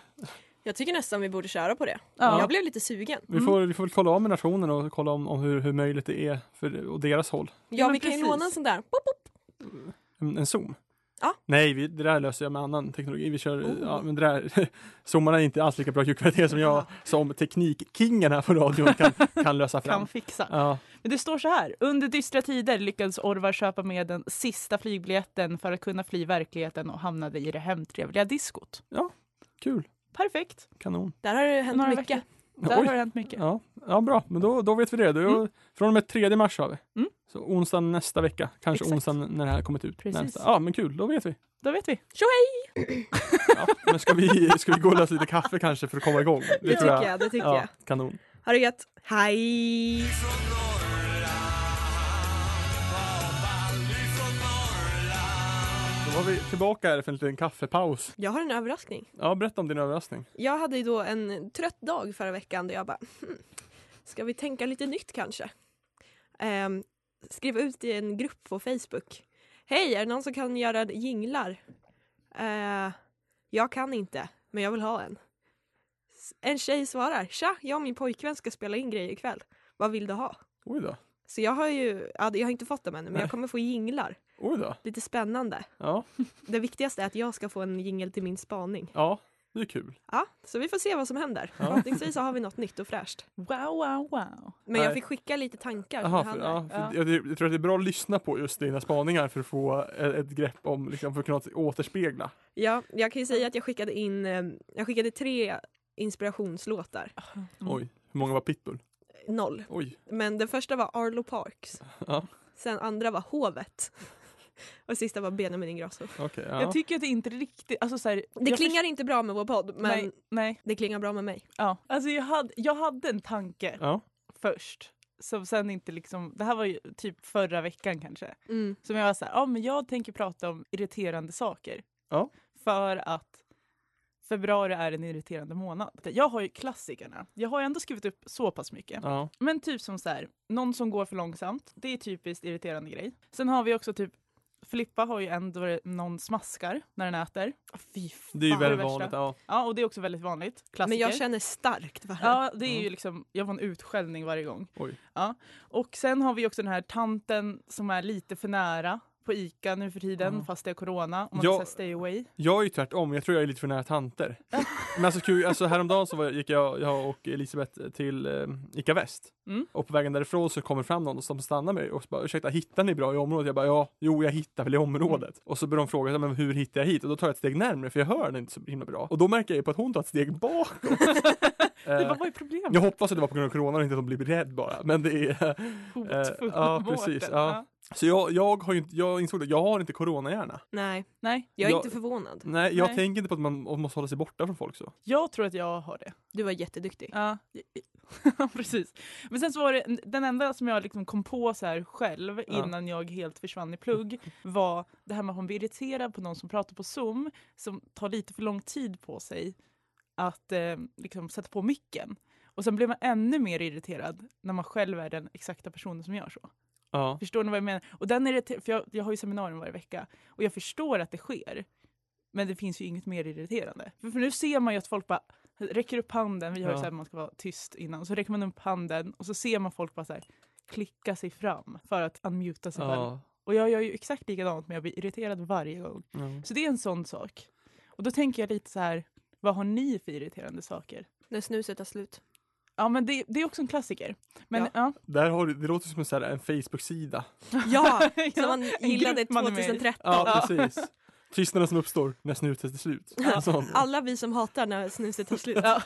[SPEAKER 3] Jag tycker nästan vi borde köra på det.
[SPEAKER 5] Ja.
[SPEAKER 3] Jag blev lite sugen.
[SPEAKER 4] Vi, får, vi får väl kolla av med nationen och kolla om, om hur, hur möjligt det är för och deras håll.
[SPEAKER 3] Ja,
[SPEAKER 5] men
[SPEAKER 3] vi kan ju
[SPEAKER 5] precis.
[SPEAKER 3] låna en sån där. Pop, pop.
[SPEAKER 4] En, en Zoom?
[SPEAKER 3] Ja.
[SPEAKER 4] Nej, vi, det där löser jag med annan teknologi. Vi kör, ja, men det där, (laughs) Zoomarna är inte alls lika bra ljudkvalitet som (laughs) jag som teknikkingen här på radion kan, kan lösa fram.
[SPEAKER 5] kan fixa.
[SPEAKER 4] Ja,
[SPEAKER 5] Men det står så här. Under dystra tider lyckades Orvar köpa med den sista flygbiljetten för att kunna fly verkligheten och hamnade i det hemtrevliga diskot.
[SPEAKER 4] kul,
[SPEAKER 5] Perfekt.
[SPEAKER 4] kanon.
[SPEAKER 3] Där har det hänt
[SPEAKER 5] Några
[SPEAKER 3] mycket.
[SPEAKER 5] veckor. Där
[SPEAKER 4] Oj.
[SPEAKER 5] har det hänt mycket.
[SPEAKER 4] Ja, ja bra, men då, då vet vi det. Då, Från och med 3 mars har vi.
[SPEAKER 5] Mm.
[SPEAKER 4] Så onsdag nästa vecka, kanske
[SPEAKER 5] Exakt.
[SPEAKER 4] onsdag när det här kommit ut.
[SPEAKER 5] Precis.
[SPEAKER 4] Nästa. Ja, men kul, då vet vi.
[SPEAKER 5] Då vet vi.
[SPEAKER 4] Ja, men ska vi, ska vi gå och lösa lite kaffe kanske för att komma igång? Det,
[SPEAKER 3] Det tycker jag. Det tycker
[SPEAKER 4] ja,
[SPEAKER 3] jag.
[SPEAKER 4] Kanon.
[SPEAKER 3] Ha det gött. Hej!
[SPEAKER 2] Från Norrland, pappa, vi från Norrland
[SPEAKER 4] Då var vi tillbaka här för en liten kaffepaus.
[SPEAKER 3] Jag har en överraskning.
[SPEAKER 4] Ja, berätta om din överraskning.
[SPEAKER 3] Jag hade ju då en trött dag förra veckan där jag bara, "Hmm, ska vi tänka lite nytt kanske? Ehm, skrev ut i en grupp på Facebook. Hej, är det någon som kan göra jinglar? Eh, jag kan inte, men jag vill ha en. S- En tjej svarar, tja, jag och min pojkvän ska spela in grejer ikväll. Vad vill du ha?
[SPEAKER 4] Oj då.
[SPEAKER 3] Så jag har ju, ja, jag har inte fått dem ännu, men jag kommer få jinglar.
[SPEAKER 4] Oj då.
[SPEAKER 3] Lite spännande.
[SPEAKER 4] Ja,
[SPEAKER 3] Det viktigaste är att jag ska få en jingel till min spaning.
[SPEAKER 4] ja. Det är kul.
[SPEAKER 3] Ja, så vi får se vad som händer.
[SPEAKER 4] Ja.
[SPEAKER 3] Förhoppningsvis så har vi något nytt och fräscht.
[SPEAKER 5] Wow, wow, wow.
[SPEAKER 3] Men jag
[SPEAKER 4] Nej.
[SPEAKER 3] fick skicka lite tankar
[SPEAKER 4] Aha,
[SPEAKER 3] från
[SPEAKER 4] för,
[SPEAKER 3] Hanna.
[SPEAKER 4] ja, för,
[SPEAKER 5] Ja.
[SPEAKER 4] Jag, jag tror att det är bra att lyssna på just dina spaningar för att få ett, ett grepp om, liksom, för att kunna återspegla.
[SPEAKER 3] Ja, jag kan ju säga att jag skickade in eh, jag skickade tre inspirationslåtar.
[SPEAKER 5] Mm.
[SPEAKER 4] Oj, hur många var pitbull?
[SPEAKER 3] Noll.
[SPEAKER 4] Oj.
[SPEAKER 3] Men den första var Arlo Parks.
[SPEAKER 4] Ja.
[SPEAKER 3] Sen andra var Hovet. (laughs) Och sista var Benjamin Ingrosso.
[SPEAKER 4] Okej,
[SPEAKER 5] Jag
[SPEAKER 4] ja.
[SPEAKER 5] tycker att det inte riktigt... Alltså, så här,
[SPEAKER 3] Det
[SPEAKER 5] jag
[SPEAKER 3] klingar inte bra med vår podd, men
[SPEAKER 5] Nej, nej.
[SPEAKER 3] det klingar bra med mig.
[SPEAKER 5] Ja. Alltså, jag, hade, jag hade en tanke
[SPEAKER 4] ja.
[SPEAKER 5] först. Som sen inte liksom, det här var ju typ förra veckan kanske.
[SPEAKER 3] Mm.
[SPEAKER 5] Som jag var så här, ja men jag tänker prata om irriterande saker.
[SPEAKER 4] Ja.
[SPEAKER 5] För att februari är en irriterande månad. Jag har ju klassikerna. Jag har ju ändå skrivit upp så pass mycket.
[SPEAKER 4] ja.
[SPEAKER 5] Men typ som så här, någon som går för långsamt. Det är typiskt irriterande grej. Sen har vi också typ, Filippa har ju ändå varit- någon smaskar när den äter. Ah, Fy fan,
[SPEAKER 4] Det är ju väldigt
[SPEAKER 5] det värsta.
[SPEAKER 4] vanligt. Ja.
[SPEAKER 5] Ja, och det är också väldigt vanligt. Klassiker.
[SPEAKER 3] Men jag känner starkt för henne.
[SPEAKER 4] (laughs)
[SPEAKER 5] Ja, det är ju liksom, jag får en utskällning varje gång.
[SPEAKER 4] Oj.
[SPEAKER 5] Ja. Och sen har vi också den här tanten som är lite för nära på ICA nu för tiden
[SPEAKER 4] Ja.
[SPEAKER 5] fast det är corona. Om man
[SPEAKER 4] Ja. Eh,
[SPEAKER 5] ja. stay away.
[SPEAKER 4] Jag är ju tvärtom, jag tror jag är lite för nära tanter. Men alltså, kul, alltså häromdagen så var, gick jag, jag och Elisabeth till eh, Ica Väst.
[SPEAKER 5] Mm.
[SPEAKER 4] Och på vägen därifrån så kommer fram någon som stannar mig och så bara ursäkta, hittar ni bra i området? Jag bara ja, jo jag hittar väl i området.
[SPEAKER 5] Mm.
[SPEAKER 4] Och så börjar de fråga men hur hittar jag hit? Och då tar jag ett steg närmre för jag hör den inte så himla bra. Och då märker jag ju på att hon tar ett steg bakåt.
[SPEAKER 5] (laughs) Det bara,
[SPEAKER 4] eh,
[SPEAKER 5] vad är problemet?
[SPEAKER 4] jag hoppas att det var på grund av corona och inte att de blev rädd bara. Men det är... (laughs)
[SPEAKER 5] Hotfull
[SPEAKER 4] eh, ja,
[SPEAKER 5] Mårten.
[SPEAKER 4] precis, ja. Så jag, jag har ju inte, jag insåg det, jag har inte coronahjärna.
[SPEAKER 3] Nej,
[SPEAKER 5] Nej,
[SPEAKER 3] jag är
[SPEAKER 4] Jag-
[SPEAKER 3] inte förvånad.
[SPEAKER 4] Nej, jag
[SPEAKER 5] Nej.
[SPEAKER 4] tänker inte på att man måste hålla sig borta från folk så.
[SPEAKER 5] jag tror att jag har det.
[SPEAKER 3] Du var jätteduktig.
[SPEAKER 5] Ja, (laughs) precis. Men sen så var det, den enda som jag liksom kom på så här själv
[SPEAKER 4] Ja.
[SPEAKER 5] innan jag helt försvann i plugg var det här med att man blir irriterad på någon som pratar på Zoom som tar lite för lång tid på sig att eh, liksom sätta på micken. Och sen blir man ännu mer irriterad när man själv är den exakta personen som gör så.
[SPEAKER 4] Ja.
[SPEAKER 5] Förstår ni vad jag menar? Och den irriter- för jag, jag har ju seminarium varje vecka och jag förstår att det sker. Men det finns ju inget mer irriterande. För, för nu ser man ju att folk bara räcker upp handen. Vi har ju
[SPEAKER 4] Ja.
[SPEAKER 5] så här, man ska vara tyst innan. Så räcker man upp handen och så ser man folk bara så här, klicka sig fram för att unmuta sig själv.
[SPEAKER 4] ja.
[SPEAKER 5] Och jag gör ju exakt likadant men jag blir irriterad varje gång.
[SPEAKER 4] ja.
[SPEAKER 5] Så det är en sån sak. Och då tänker jag lite så här, vad har ni för irriterande saker?
[SPEAKER 3] När snuset tar
[SPEAKER 5] (laughs)
[SPEAKER 3] slut.
[SPEAKER 5] Ja men det, det är också en klassiker. Men
[SPEAKER 3] Ja.
[SPEAKER 5] ja.
[SPEAKER 4] Där har du, det låter som en, så här, en Facebook-sida.
[SPEAKER 3] Ja,
[SPEAKER 5] (laughs) Ja,
[SPEAKER 3] som man
[SPEAKER 5] en
[SPEAKER 3] gillade
[SPEAKER 5] grupp man är med i.
[SPEAKER 3] 2013.
[SPEAKER 4] Ja, precis. Tystnaden som uppstår när snuset är slut. (laughs) En sån.
[SPEAKER 3] Alla vi som hatar när snuset tar slut.
[SPEAKER 5] ja.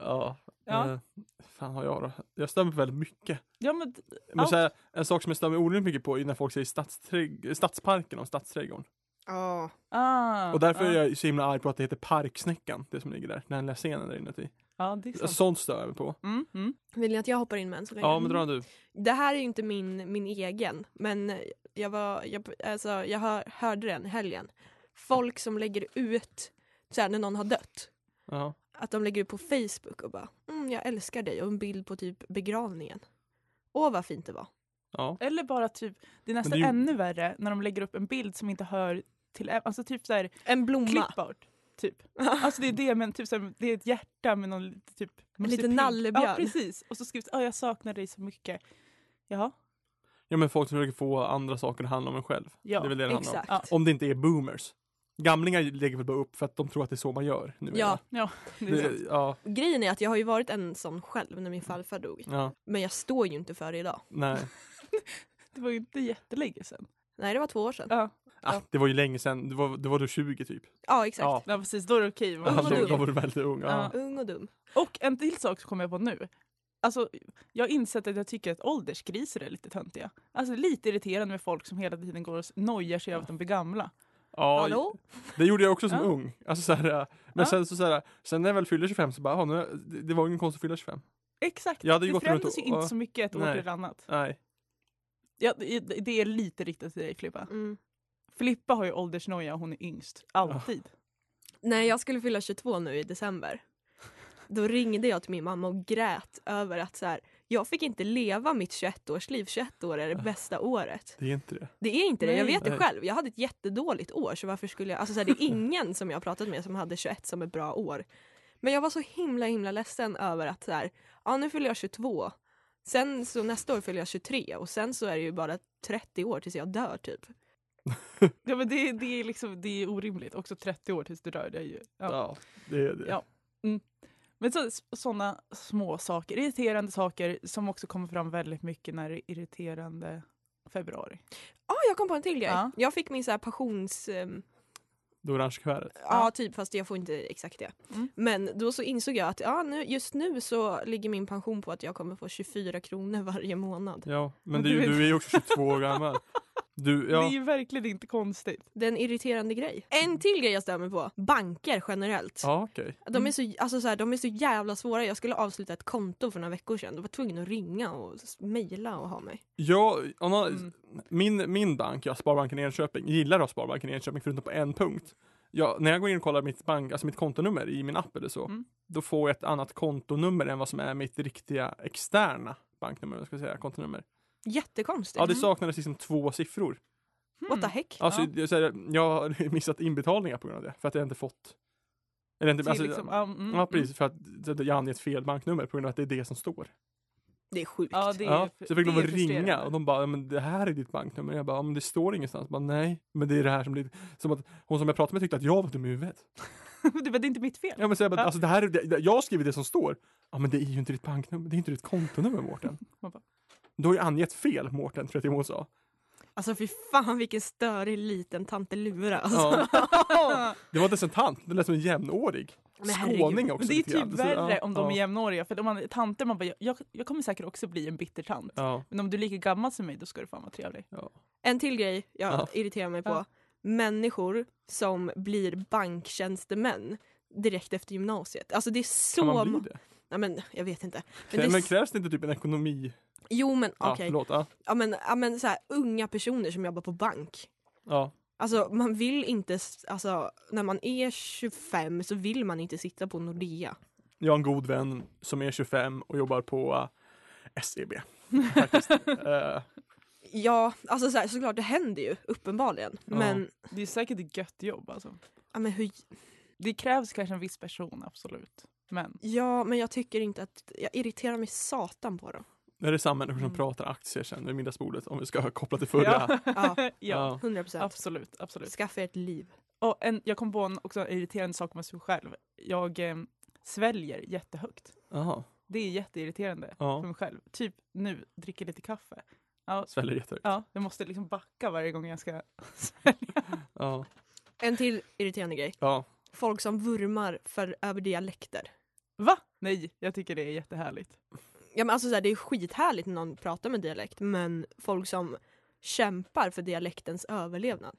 [SPEAKER 4] Ja.
[SPEAKER 5] Ja.
[SPEAKER 4] Eh, fan har jag då? Jag stämmer på väldigt mycket.
[SPEAKER 5] ja men
[SPEAKER 4] Men
[SPEAKER 5] Allt.
[SPEAKER 4] så här, en sak som jag stämmer oerhört mycket på är när folk säger stadsträdg- stadsparken om stadsträdgården.
[SPEAKER 3] (laughs) Ja.
[SPEAKER 5] Ah,
[SPEAKER 4] Och därför
[SPEAKER 5] ah.
[SPEAKER 4] är jag så himla arg på att det heter Parksnäckan, det som ligger där, den här lilla scenen där inuti.
[SPEAKER 5] Ja, det är sant.
[SPEAKER 4] Sånt stör jag mig på.
[SPEAKER 5] Mm, mm.
[SPEAKER 3] Vill ni att jag hoppar in med en så länge?
[SPEAKER 4] Ja, men dra du.
[SPEAKER 3] Det här är ju inte min, min egen, men jag, var, jag, alltså, jag hör, hörde den i helgen. Folk som lägger ut, så här, när någon har dött,
[SPEAKER 4] Ja.
[SPEAKER 3] att de lägger ut på Facebook och bara mm, “jag älskar dig” och en bild på typ begravningen. Åh vad fint det var.
[SPEAKER 4] Ja.
[SPEAKER 5] Eller bara typ, det är nästan
[SPEAKER 4] det är ju-
[SPEAKER 5] ännu värre när de lägger upp en bild som inte hör till, ä- alltså typ såhär
[SPEAKER 3] En blomma,
[SPEAKER 5] clipart. Typ.
[SPEAKER 3] (laughs)
[SPEAKER 5] Alltså det är det men typ såhär, det är ett hjärta med någon lite typ
[SPEAKER 3] liten
[SPEAKER 5] pigg.
[SPEAKER 3] nallebjörn.
[SPEAKER 5] Ja precis. Och så skrivs oh, jag saknar dig så mycket. Jaha.
[SPEAKER 4] ja, men folk som försöker få andra saker att handla om en själv.
[SPEAKER 5] Ja,
[SPEAKER 4] det är väl det det handlar om.
[SPEAKER 3] exakt.
[SPEAKER 5] Ja.
[SPEAKER 4] Om det inte är boomers. Gamlingar lägger väl bara upp för att de tror att det är så man gör. Nu
[SPEAKER 3] Ja,
[SPEAKER 5] Det är sant.
[SPEAKER 4] det, ja,
[SPEAKER 3] Grejen är att jag har ju varit en sån själv när min farfar dog,
[SPEAKER 4] ja,
[SPEAKER 3] men jag står ju inte för det idag.
[SPEAKER 4] nej.
[SPEAKER 5] det var ju inte jättelänge sedan.
[SPEAKER 3] Nej, det var två år sedan.
[SPEAKER 5] Ja,
[SPEAKER 4] Ah, det var ju länge sedan, det var, det var du 20 typ.
[SPEAKER 3] Ja, exakt.
[SPEAKER 4] Ja.
[SPEAKER 5] ja precis, då är det okej.
[SPEAKER 4] Ja,
[SPEAKER 5] Men-
[SPEAKER 3] vad
[SPEAKER 4] då,
[SPEAKER 3] dum.
[SPEAKER 4] då var du väldigt ung. Ja.
[SPEAKER 3] Ung och dum.
[SPEAKER 5] Och en till sak som kommer jag på nu. Alltså, jag har insett att jag tycker att åldersgriser är lite töntiga. Alltså lite irriterande med folk som hela tiden går och nojar sig över att de blir gamla.
[SPEAKER 4] Ja,
[SPEAKER 3] Hallå?
[SPEAKER 4] det gjorde jag också som
[SPEAKER 5] Ja.
[SPEAKER 4] ung. Alltså, så här, äh, men
[SPEAKER 5] Ja.
[SPEAKER 4] sen, så, så här, sen när jag väl fyllde 25 så bara, ah, nu, är- det det var ingen konst att fylla 25.
[SPEAKER 5] Exakt,
[SPEAKER 4] Jag hade ju
[SPEAKER 5] det
[SPEAKER 4] gått runt
[SPEAKER 5] förändras ju
[SPEAKER 4] och-
[SPEAKER 5] inte så mycket ett år
[SPEAKER 4] nej.
[SPEAKER 5] till ett annat.
[SPEAKER 4] Nej.
[SPEAKER 5] Ja, det det är lite riktat till dig Filippa.
[SPEAKER 3] Mm.
[SPEAKER 5] Filippa har ju åldersnoja och hon är yngst. Alltid.
[SPEAKER 4] Ah.
[SPEAKER 3] Nej, jag skulle fylla 22 nu i december. Då ringde jag till min mamma och grät över att så här, jag fick inte leva mitt 21-årsliv. 21 år är det bästa året.
[SPEAKER 4] Det är inte det.
[SPEAKER 3] Det är inte det, jag
[SPEAKER 5] Nej.
[SPEAKER 3] vet det
[SPEAKER 4] Nej.
[SPEAKER 3] själv. Jag hade ett jättedåligt år så varför skulle jag... Alltså så här, det är ingen som jag har pratat med som hade 21 som ett bra år. Men jag var så himla himla ledsen över att så här, ja nu fyller jag 22. Sen så nästa år fyller jag 23 och sen så är det ju bara 30 år tills jag dör typ.
[SPEAKER 5] Ja, men det, det, är liksom, det är orimligt. Också 30 år tills du dör. Det är ju, ja.
[SPEAKER 4] Ja, det är det.
[SPEAKER 5] Ja. Men så, sådana små saker, irriterande saker som också kommer fram väldigt mycket när det är irriterande februari.
[SPEAKER 3] Ja, jag kom på en till grej.
[SPEAKER 5] Ja.
[SPEAKER 3] Jag fick min så här passions... ehm,
[SPEAKER 4] Det orange kuvertet.
[SPEAKER 3] Ja, typ fast jag får inte exakt det.
[SPEAKER 5] Mm.
[SPEAKER 3] Men då så insåg jag att ja, nu, just nu så ligger min pension på att jag kommer få 24 kronor varje månad.
[SPEAKER 4] Ja, men
[SPEAKER 5] Men
[SPEAKER 4] det, är ju-
[SPEAKER 5] du är-
[SPEAKER 4] du är ju också 22 år gammal. Du,
[SPEAKER 5] (laughs) Det är
[SPEAKER 4] ja.
[SPEAKER 5] ju verkligen inte konstigt.
[SPEAKER 3] Det är en irriterande grej. En till grej jag stämmer på. Banker generellt.
[SPEAKER 4] Ja, okej.
[SPEAKER 3] De, är så, alltså så här, de är så jävla svåra. Jag skulle avsluta ett konto för några veckor sedan. Då var jag tvungen att ringa och s- mejla och ha mig.
[SPEAKER 4] Ja, om någon-
[SPEAKER 5] Mm.
[SPEAKER 4] min, min bank, ja, Sparbanken Enköping, gillar att ha Sparbanken Enköping förutom på en punkt. Ja, när jag går in och kollar mitt, bank, alltså mitt kontonummer i min app eller så,
[SPEAKER 5] Mm.
[SPEAKER 4] då får jag ett annat kontonummer än vad som är mitt riktiga externa banknummer, vad ska jag säga, kontonummer.
[SPEAKER 3] Jättekonstigt.
[SPEAKER 4] Ja, det saknades liksom två siffror.
[SPEAKER 3] What the heck?
[SPEAKER 4] Alltså,
[SPEAKER 5] Mm. Ja.
[SPEAKER 4] jag, säger, jag har (laughs) missat inbetalningar på grund av det, för att jag inte fått... Eller inte,
[SPEAKER 5] Till
[SPEAKER 4] alltså,
[SPEAKER 5] liksom, ja, mm,
[SPEAKER 4] Ja, precis, för att jag angett fel banknummer på grund av att det är det som står.
[SPEAKER 3] Det är sjukt.
[SPEAKER 5] Ja, det är,
[SPEAKER 4] Ja, så jag fick
[SPEAKER 5] det
[SPEAKER 4] lov att
[SPEAKER 5] är frustrerande. (laughs)
[SPEAKER 4] ringa och de bara, "Ja, men det här är ditt banknummer. Jag bara, "Ja, men det står ingenstans. Jag bara, nej, men det är det här som blir, som att hon som jag pratade med tyckte att jag var dum i huvudet.
[SPEAKER 5] det var det är inte mitt fel.
[SPEAKER 4] Ja, men så jag bara,
[SPEAKER 5] Ja.
[SPEAKER 4] alltså det här, är det, jag har skrivit det som står. Ja, men det är ju inte ditt banknummer, det är inte ditt kontonummer Mårten.
[SPEAKER 5] (laughs) Man bara-
[SPEAKER 4] Du har ju angett fel Mårten, tror jag att hon sa.
[SPEAKER 3] Alltså fy fan vilken störig liten tante Lura. Alltså.
[SPEAKER 4] Ja.
[SPEAKER 5] (laughs)
[SPEAKER 4] Det var inte ens en tant, det lät som en jämnårig.
[SPEAKER 3] Men herregud.
[SPEAKER 4] Skåning också
[SPEAKER 5] Men det är
[SPEAKER 4] lite
[SPEAKER 5] typ
[SPEAKER 4] grann. Så, ja,
[SPEAKER 5] värre om de
[SPEAKER 4] ja.
[SPEAKER 5] är jämnåriga. För om man är tanter, man bara, "Jag- jag, jag kommer säkert också bli en bittertant.
[SPEAKER 4] Ja,
[SPEAKER 5] Men om du är lika gammal som mig, då ska du fan vara trevlig.
[SPEAKER 3] En till grej jag
[SPEAKER 4] Ja.
[SPEAKER 3] irriterar mig på.
[SPEAKER 5] Ja.
[SPEAKER 3] Människor som blir banktjänstemän direkt efter gymnasiet. Alltså det är så...
[SPEAKER 4] kan man bli
[SPEAKER 3] må-
[SPEAKER 4] det?
[SPEAKER 3] Nej, men, jag vet inte. Men det
[SPEAKER 4] Men,
[SPEAKER 3] är...
[SPEAKER 4] men
[SPEAKER 3] s-
[SPEAKER 4] krävs det inte typ en ekonomi?
[SPEAKER 3] Jo men
[SPEAKER 4] Ja,
[SPEAKER 3] okej.
[SPEAKER 4] förlåt. Ja,
[SPEAKER 3] Ja men, ja, men så här, unga personer som jobbar på bank.
[SPEAKER 4] ja.
[SPEAKER 3] Alltså man vill inte, s- alltså när man är 25 så vill man inte sitta på Nordea.
[SPEAKER 4] Jag har en god vän som är 25 och jobbar på eh, SEB.
[SPEAKER 5] (laughs)
[SPEAKER 4] Faktiskt. Eh,
[SPEAKER 3] Ja, alltså så här, såklart det händer ju uppenbarligen.
[SPEAKER 4] Ja.
[SPEAKER 3] Men,
[SPEAKER 5] Det är säkert ett gött jobb alltså.
[SPEAKER 3] ja, men hur,
[SPEAKER 5] Det krävs kanske en viss person, absolut. Men
[SPEAKER 3] ja men jag tycker inte att, jag irriterar mig satan på dem.
[SPEAKER 4] Det är samma människor som
[SPEAKER 5] Mm.
[SPEAKER 4] pratar aktier sen vid middagsbordet om vi ska koppla till förra.
[SPEAKER 3] Ja,
[SPEAKER 5] (laughs) ja,
[SPEAKER 4] Ja.
[SPEAKER 3] 100%.
[SPEAKER 5] absolut. absolut.
[SPEAKER 3] Skaffa er ett liv.
[SPEAKER 5] Och en, jag kom på en också irriterande sak med sig själv. Jag eh, sväljer jättehögt.
[SPEAKER 4] Jaha.
[SPEAKER 5] Det är jätteirriterande
[SPEAKER 4] Ja.
[SPEAKER 5] för mig själv. Typ nu, dricker lite kaffe. Ja,
[SPEAKER 4] Sväljer jättehögt.
[SPEAKER 5] ja, jag måste liksom backa varje gång jag ska (laughs) svälja.
[SPEAKER 4] Ja.
[SPEAKER 3] En till irriterande grej.
[SPEAKER 4] ja.
[SPEAKER 3] Folk som vurmar för över dialekter.
[SPEAKER 5] Va? Nej, jag tycker det är jättehärligt.
[SPEAKER 3] Ja, men alltså så här, det är skithärligt när någon pratar med dialekt men folk som kämpar för dialektens överlevnad.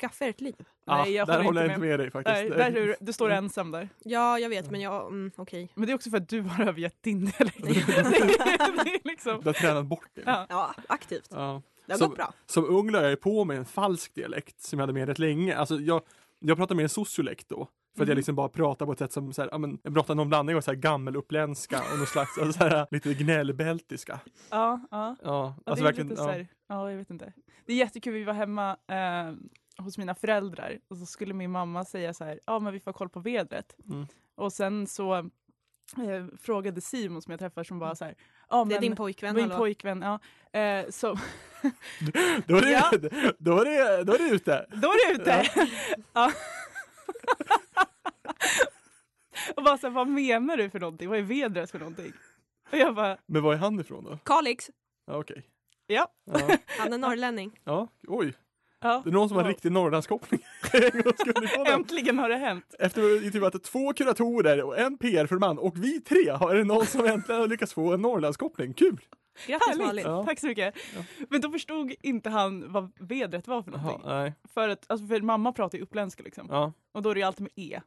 [SPEAKER 3] Skaffa er ett liv.
[SPEAKER 5] Nej, jag
[SPEAKER 4] Ah, där
[SPEAKER 5] håller
[SPEAKER 4] håller jag
[SPEAKER 5] inte
[SPEAKER 4] inte med dig faktiskt.
[SPEAKER 5] Nej, där är du, du står ensam där.
[SPEAKER 3] Ja, jag vet men jag, mm, okej.
[SPEAKER 5] Men det är också för att du har övergett din dialekt. det är (laughs) det är liksom...
[SPEAKER 4] (laughs) Du har tränat bort det.
[SPEAKER 5] Ja.
[SPEAKER 3] Ja, aktivt.
[SPEAKER 4] Ja.
[SPEAKER 3] Det har
[SPEAKER 4] Som-
[SPEAKER 3] gått bra.
[SPEAKER 4] Som ung la jag ju på mig en falsk dialekt som jag hade med rätt länge. Alltså jag, jag pratade med en sociolekt då. För
[SPEAKER 5] Mm.
[SPEAKER 4] att jag liksom bara pratade på ett sätt som så här, ja, men, jag pratade någon blandning av så här gammeluppländska och någon slags alltså, så här, lite gnällbältiska.
[SPEAKER 5] Ja, ja.
[SPEAKER 4] Ja,
[SPEAKER 5] Ja,
[SPEAKER 4] alltså
[SPEAKER 5] det är
[SPEAKER 4] verkligen.
[SPEAKER 5] lite så
[SPEAKER 4] Ja.
[SPEAKER 5] här, ja. jag vet inte. Det är jättekul, vi var hemma eh, hos mina föräldrar och så skulle min mamma säga så här, ja men vi får koll på vädret.
[SPEAKER 4] Mm.
[SPEAKER 5] Och sen så eh, frågade Simon som jag träffar som bara så här, ja men
[SPEAKER 3] Det är din pojkvän
[SPEAKER 5] min
[SPEAKER 3] hallå?
[SPEAKER 5] pojkvän, ja. Eh, så,
[SPEAKER 4] (laughs) Då är det,
[SPEAKER 5] Ja.
[SPEAKER 4] (laughs) då är det, då är det ute.
[SPEAKER 5] då är det ute! Ja. och bara så här, vad menar du för någonting? Vad är vädret för någonting? Och jag bara,
[SPEAKER 4] Men var är han ifrån då?
[SPEAKER 3] Kalix,
[SPEAKER 4] Ja, okej.
[SPEAKER 5] ja.
[SPEAKER 4] Ja,
[SPEAKER 3] han är norrlänning.
[SPEAKER 4] (laughs) ja, oj.
[SPEAKER 5] ja.
[SPEAKER 4] Det är någon som har en
[SPEAKER 5] Ja.
[SPEAKER 4] riktig Norrlandskoppling. (laughs) En gång skulle vi få den.
[SPEAKER 5] Äntligen har det hänt!
[SPEAKER 4] Efter typ att två kuratorer och en PR-förman och vi tre har är det någon som äntligen har lyckats få en Norrlandskoppling. Kul!
[SPEAKER 3] Grattis
[SPEAKER 5] Härligt.
[SPEAKER 3] Malin.
[SPEAKER 4] Ja.
[SPEAKER 5] Tack så mycket. Men då förstod inte han vad vädret var för någonting.
[SPEAKER 4] nej.
[SPEAKER 5] För, att, alltså för mamma pratar ju uppländska liksom.
[SPEAKER 4] Ja.
[SPEAKER 5] Och då är det ju alltid med E.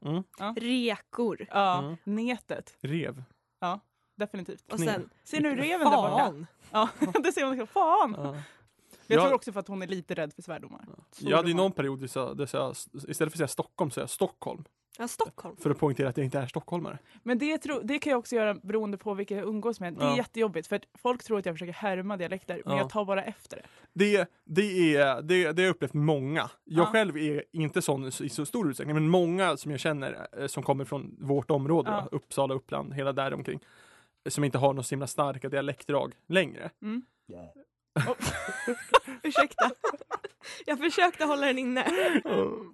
[SPEAKER 3] Rekor.
[SPEAKER 5] Ja,
[SPEAKER 4] Mm.
[SPEAKER 5] Netet.
[SPEAKER 4] Rev.
[SPEAKER 5] Ja, definitivt.
[SPEAKER 3] Och
[SPEAKER 4] Knep.
[SPEAKER 3] sen,
[SPEAKER 5] Ser nu reven där borta?
[SPEAKER 3] fan!
[SPEAKER 5] Ja, (laughs) det ser man liksom. Fan!
[SPEAKER 4] Ja.
[SPEAKER 5] Jag
[SPEAKER 4] Ja.
[SPEAKER 5] tror också för att hon är lite rädd för svärdomar.
[SPEAKER 4] Jag hade ju
[SPEAKER 5] Svordomar.
[SPEAKER 4] någon period där jag sa- där jag sa- istället för att säga Stockholm så jag Stockholm.
[SPEAKER 3] Ja, Stockholm.
[SPEAKER 4] För att poängtera att jag inte är stockholmare.
[SPEAKER 5] Men det, tro, det kan jag också göra beroende på vilka jag umgås med. Det är
[SPEAKER 4] Ja.
[SPEAKER 5] jättejobbigt för att folk tror att jag försöker härma dialekter men
[SPEAKER 4] Ja.
[SPEAKER 5] jag tar bara efter det.
[SPEAKER 4] Det, det, är, det, det har jag upplevt med många. Jag
[SPEAKER 5] Ja.
[SPEAKER 4] själv är inte sån i så stor utsträckning, men många som jag känner eh, som kommer från vårt område,
[SPEAKER 5] Ja.
[SPEAKER 4] då, Uppsala, Uppland, hela där omkring eh, som inte har några så himla starka dialektdrag längre.
[SPEAKER 5] Ursäkta.
[SPEAKER 3] Jag försökte hålla den inne.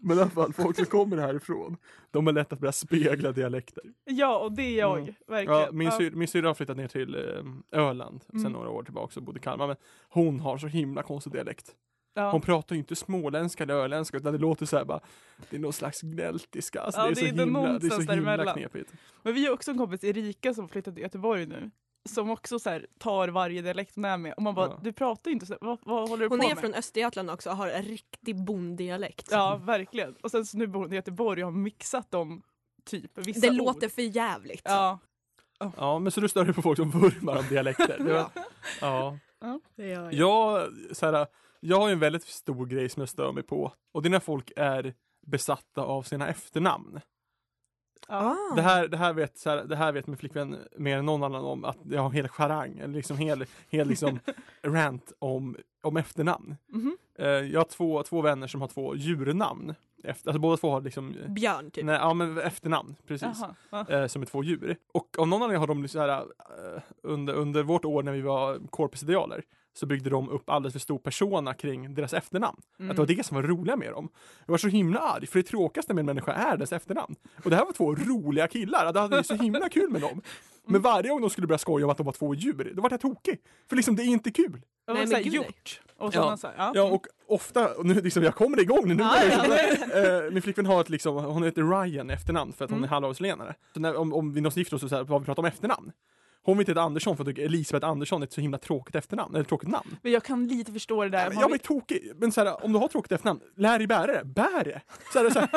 [SPEAKER 4] Men i alla fall, folk som kommer härifrån, de är lätt att börja spegla dialekter.
[SPEAKER 5] Ja, och det är jag.
[SPEAKER 4] Mm.
[SPEAKER 5] Verkligen.
[SPEAKER 4] Ja, min, syr, min syrra har flyttat ner till eh, Öland sedan
[SPEAKER 5] Mm.
[SPEAKER 4] några år tillbaka och bodde i Kalmar, men hon har så himla konstig dialekt.
[SPEAKER 5] ja.
[SPEAKER 4] Hon pratar ju inte småländska eller öländska utan det låter så här bara, det är någon slags gnältiska. Alltså,
[SPEAKER 5] Ja,
[SPEAKER 4] det är
[SPEAKER 5] det
[SPEAKER 4] så
[SPEAKER 5] är den
[SPEAKER 4] himla, det är så
[SPEAKER 5] någonstans
[SPEAKER 4] himla
[SPEAKER 5] däremellan.
[SPEAKER 4] knepigt.
[SPEAKER 5] Men vi har också en kompis, Erika, som flyttat till Göteborg nu. Som också så här, tar varje dialekt hon är med. Och man bara,
[SPEAKER 4] Ja.
[SPEAKER 5] du pratar ju inte så. Vad, vad håller du
[SPEAKER 3] Hon
[SPEAKER 5] på
[SPEAKER 3] är
[SPEAKER 5] med?
[SPEAKER 3] från Östergötland också och har en riktig bonddialekt.
[SPEAKER 5] Ja, verkligen. Och sen så nu bor hon i Göteborg och har mixat dem, typ. Vissa
[SPEAKER 3] det
[SPEAKER 5] ord.
[SPEAKER 3] låter för jävligt.
[SPEAKER 5] Ja,
[SPEAKER 4] Ja, men så du stör dig på folk som vurmar om dialekter. Det var, ja.
[SPEAKER 3] Det gör jag.
[SPEAKER 4] Jag, så här, jag har ju en väldigt stor grej som jag stör mig på och det är när folk är besatta av sina efternamn.
[SPEAKER 5] ja.
[SPEAKER 4] Det här, det, här vet, så här, det här vet min flickvän mer än någon annan om att jag har en hel charang, eller liksom hel, hel liksom rant om, om efternamn.
[SPEAKER 5] Mhm.
[SPEAKER 4] Eh, jag har två, två vänner som har två djurnamn. Efter, alltså båda två har liksom,
[SPEAKER 3] Björn typ.
[SPEAKER 4] nej, ja men efternamn, precis.
[SPEAKER 5] Jaha. Ja.
[SPEAKER 4] Eh, som är två djur. Och av någon anledning har de så här, eh, under, under vårt år när vi var korpesidealer så byggde de upp alldeles för stor persona kring deras efternamn. Att det
[SPEAKER 5] Mm.
[SPEAKER 4] var det som var roliga med dem. Jag var så himla arg, för det tråkigaste med en människa är dess efternamn. Och det här var två roliga killar, att jag hade så himla kul med dem. Men varje gång de skulle börja skoja om att de var två djur, då vart jag tokig. För liksom, det är inte kul.
[SPEAKER 5] Och
[SPEAKER 3] Nej,
[SPEAKER 5] så här,
[SPEAKER 3] men gud, nej.
[SPEAKER 5] gjort. Och
[SPEAKER 4] Ja.
[SPEAKER 5] sådana så här, ja.
[SPEAKER 4] Ja, och ofta, och nu liksom, jag kommer igång
[SPEAKER 5] (laughs)
[SPEAKER 4] nu. nu börjar jag känna- (laughs) eh, min flickvän har ett liksom, hon heter Ryan i efternamn för att hon
[SPEAKER 5] Mm.
[SPEAKER 4] är halvaustralienare. Så när, om, om vi någonsin gifter oss så, så här, vad vi pratar om efternamn. Hon vill inte heta Andersson för att Elisabeth Andersson är ett så himla tråkigt efternamn, eller tråkigt namn.
[SPEAKER 5] Men jag kan lite förstå det där.
[SPEAKER 4] Ja, men
[SPEAKER 5] Man
[SPEAKER 4] jag blir
[SPEAKER 5] vill-
[SPEAKER 4] tokig, men så här, om du har tråkigt efternamn, lär dig bära det, bär det! Så här, så här,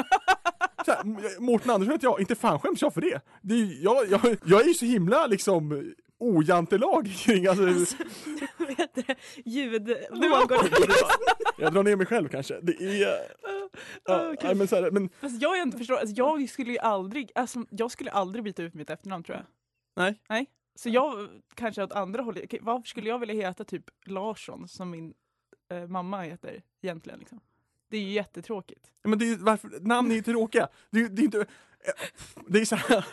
[SPEAKER 4] så här, M- Mårten Andersson heter jag, inte fan skäms jag för det! det är, ju- jag, jag, jag är ju så himla liksom ojantelag kring alltså,
[SPEAKER 3] (laughs) Vad heter det?
[SPEAKER 4] Ja,
[SPEAKER 3] Ljudvågor.
[SPEAKER 4] Jag drar ner mig själv kanske. Det
[SPEAKER 5] (laughs)
[SPEAKER 4] är... Ja,
[SPEAKER 5] Alltså. okej.
[SPEAKER 4] nej, men så här, men,
[SPEAKER 5] Fast jag inte förstår. Alltså, jag skulle ju aldrig, alltså, jag skulle aldrig byta ut mitt efternamn tror jag.
[SPEAKER 4] nej.
[SPEAKER 5] Nej. Så jag kanske åt andra hållet. Okej, Varför skulle jag vilja heta typ Larsson som min eh, mamma heter egentligen? Liksom? Det är ju jättetråkigt.
[SPEAKER 4] Men det är, ju- varför, namn är ju tråkiga. Det är, ju- det är inte... eh, Det är så här,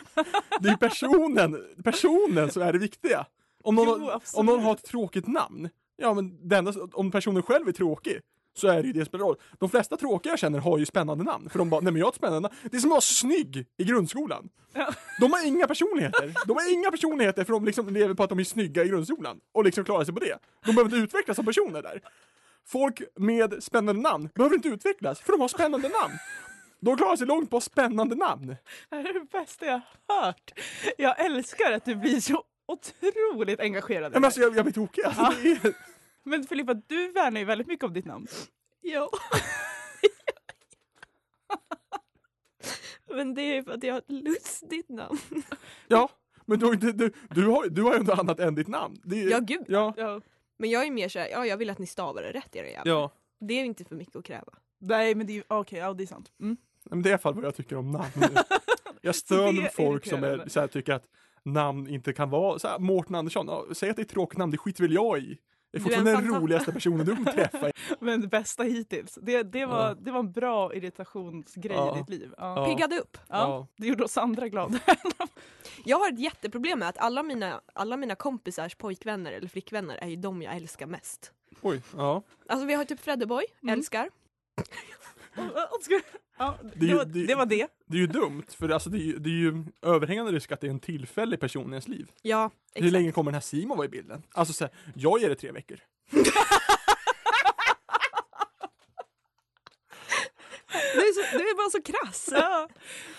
[SPEAKER 4] Det är personen, personen som är det viktiga. Om någon,
[SPEAKER 5] Jo, absolut.
[SPEAKER 4] om någon har ett tråkigt namn, ja men det enda, om personen själv är tråkig så är det ju det som spelar roll. De flesta tråkiga jag känner har ju spännande namn, för de bara, nej men jag har ett spännande namn. Det är som att vara snygg i grundskolan. De har inga personligheter. De har inga personligheter för de liksom lever på att de är snygga i grundskolan och liksom klarar sig på det. De behöver inte utvecklas som personer där. Folk med spännande namn behöver inte utvecklas för de har spännande namn. De klarar sig långt på spännande namn.
[SPEAKER 5] Det här är det bästa jag har hört. Jag älskar att du blir så otroligt engagerad.
[SPEAKER 4] Nej,
[SPEAKER 5] i det här.
[SPEAKER 4] men alltså jag, jag blir tokig. Alltså, det är...
[SPEAKER 5] Men Filippa, du värnar ju väldigt mycket om ditt namn.
[SPEAKER 3] Ja. (laughs) Men det är för att jag har ett lustigt namn.
[SPEAKER 4] Ja, men du, har ju inte- du, du, har, du har ju ändå annat än ditt namn. Det är,
[SPEAKER 3] Ja, gud.
[SPEAKER 4] Ja.
[SPEAKER 5] Ja.
[SPEAKER 3] Men jag är mer såhär, ja jag vill att ni stavar det rätt era jävlar.
[SPEAKER 4] ja.
[SPEAKER 3] Det är inte för mycket att kräva.
[SPEAKER 5] Nej, men det är ju okej, ja det är sant. Mm.
[SPEAKER 4] Men det är i alla fall vad jag tycker om namn. (laughs) Jag stör mig på folk som är, så här, tycker att namn inte kan vara... Så här, Mårten Andersson, ja, säg att det är ett tråkigt namn, det skiter väl jag i.
[SPEAKER 3] Du är
[SPEAKER 4] Det är
[SPEAKER 3] en
[SPEAKER 4] fortfarande den
[SPEAKER 3] fanta-
[SPEAKER 4] roligaste personen du kommer träffa.
[SPEAKER 5] Men det bästa hittills. Det, det, var,
[SPEAKER 4] Ja.
[SPEAKER 5] det var en bra irritationsgrej
[SPEAKER 4] Ja.
[SPEAKER 5] i ditt liv. Ja.
[SPEAKER 4] Ja.
[SPEAKER 5] Ja.
[SPEAKER 3] Piggade upp.
[SPEAKER 4] (laughs) Ja.
[SPEAKER 5] Det gjorde oss andra (laughs) glada.
[SPEAKER 3] Jag har ett jätteproblem med att alla mina, alla mina kompisars pojkvänner eller flickvänner är ju de jag älskar mest.
[SPEAKER 4] Oj, ja.
[SPEAKER 3] Alltså vi har typ Freddeborg, älskar.
[SPEAKER 5] ja,
[SPEAKER 4] är
[SPEAKER 5] det,
[SPEAKER 4] ju-
[SPEAKER 5] var,
[SPEAKER 4] det är-
[SPEAKER 5] det var det.
[SPEAKER 4] Det är ju dumt, för alltså, det, är ju, det är ju överhängande risk att det är en tillfällig person i ens liv.
[SPEAKER 3] Ja,
[SPEAKER 4] Hur
[SPEAKER 3] exakt.
[SPEAKER 4] länge kommer den här Simon vara i bilden? Alltså så här, jag ger det tre veckor.
[SPEAKER 3] Du, är så, du är bara så krass.
[SPEAKER 5] Ja.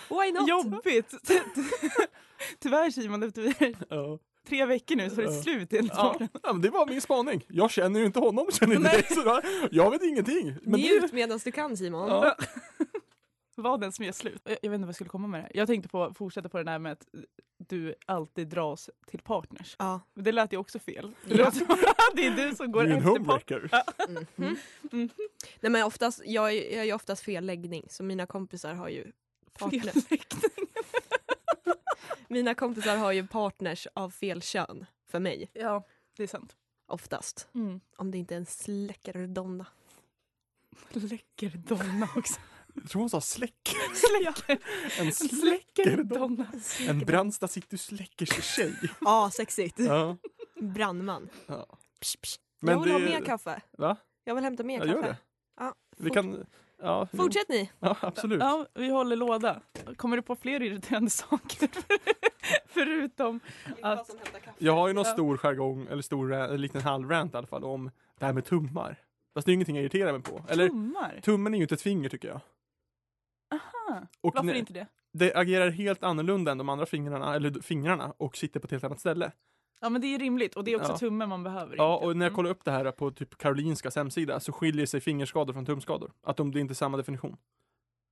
[SPEAKER 3] Why not?
[SPEAKER 5] Jobbigt! (laughs) Ty- ty- Tyvärr Simon, efter
[SPEAKER 4] Ja.
[SPEAKER 5] tre veckor nu så är det
[SPEAKER 4] Ja.
[SPEAKER 5] slut i en
[SPEAKER 4] Ja,
[SPEAKER 5] tår.
[SPEAKER 4] men det var min spaning. Jag känner ju inte honom, känner inte
[SPEAKER 5] Nej.
[SPEAKER 4] dig, så där, jag vet ingenting. Men det,
[SPEAKER 3] Njut medan du kan Simon.
[SPEAKER 4] ja.
[SPEAKER 5] (laughs) Vad den som gör slut. Jag, jag vet inte vad jag skulle komma med det här. Jag tänkte på, fortsätta på den här med att du alltid dras till partners.
[SPEAKER 3] Ja.
[SPEAKER 5] Men det lät ju också fel. Det, låter som att det är du som går
[SPEAKER 4] Du är en
[SPEAKER 5] efter partners.
[SPEAKER 4] homewrecker.
[SPEAKER 3] Mhm. Nej men oftast, jag är, jag är oftast fel läggning så mina kompisar har ju partners. (laughs) Mina kompisar har ju partners av fel kön för mig
[SPEAKER 5] Ja, det är sant.
[SPEAKER 3] oftast.
[SPEAKER 5] Mm.
[SPEAKER 3] Om det inte är en släckardonna.
[SPEAKER 5] Läckerdonna också.
[SPEAKER 4] Jag tror hon sa släck.
[SPEAKER 5] Släcker,
[SPEAKER 4] En släck.
[SPEAKER 5] läckerdonna.
[SPEAKER 4] En Brandsta city släckers tjej.
[SPEAKER 3] (laughs) Ja, sexigt.
[SPEAKER 4] Ja.
[SPEAKER 3] (laughs) Brandman.
[SPEAKER 4] Ja.
[SPEAKER 3] Psh, psh.
[SPEAKER 4] Men
[SPEAKER 3] jag vill ha
[SPEAKER 4] det-
[SPEAKER 3] mer kaffe.
[SPEAKER 4] Va?
[SPEAKER 3] Jag vill hämta mer
[SPEAKER 4] Ja,
[SPEAKER 3] kaffe. Mm.
[SPEAKER 4] gör det.
[SPEAKER 3] Ja,
[SPEAKER 4] Vi kan... Ja, jo.
[SPEAKER 3] Fortsätt ni.
[SPEAKER 4] ja absolut.
[SPEAKER 5] Ja, vi håller låda. Kommer du på fler irriterande (laughs) saker? Förutom att...
[SPEAKER 4] Jag har ju någon
[SPEAKER 5] Ja.
[SPEAKER 4] stor jargong, eller stor, ra- en liten halvrant i alla fall, om det här med tummar. Fast det är ingenting jag irriterar mig på. Eller,
[SPEAKER 5] Tummar?
[SPEAKER 4] tummen är ju inte ett finger tycker jag.
[SPEAKER 5] Aha.
[SPEAKER 4] Och
[SPEAKER 5] Varför
[SPEAKER 4] nej,
[SPEAKER 5] inte det?
[SPEAKER 4] det agerar helt annorlunda än de andra fingrarna, eller d- fingrarna, och sitter på ett helt annat ställe.
[SPEAKER 5] Ja men det är rimligt och det är också
[SPEAKER 4] Ja.
[SPEAKER 5] tummen man behöver.
[SPEAKER 4] Ja,
[SPEAKER 5] egentligen.
[SPEAKER 4] och när jag
[SPEAKER 5] Mm.
[SPEAKER 4] kollar upp det här på typ Karolinskas hemsida så skiljer sig fingerskador från tumskador. Att de, det är inte samma definition.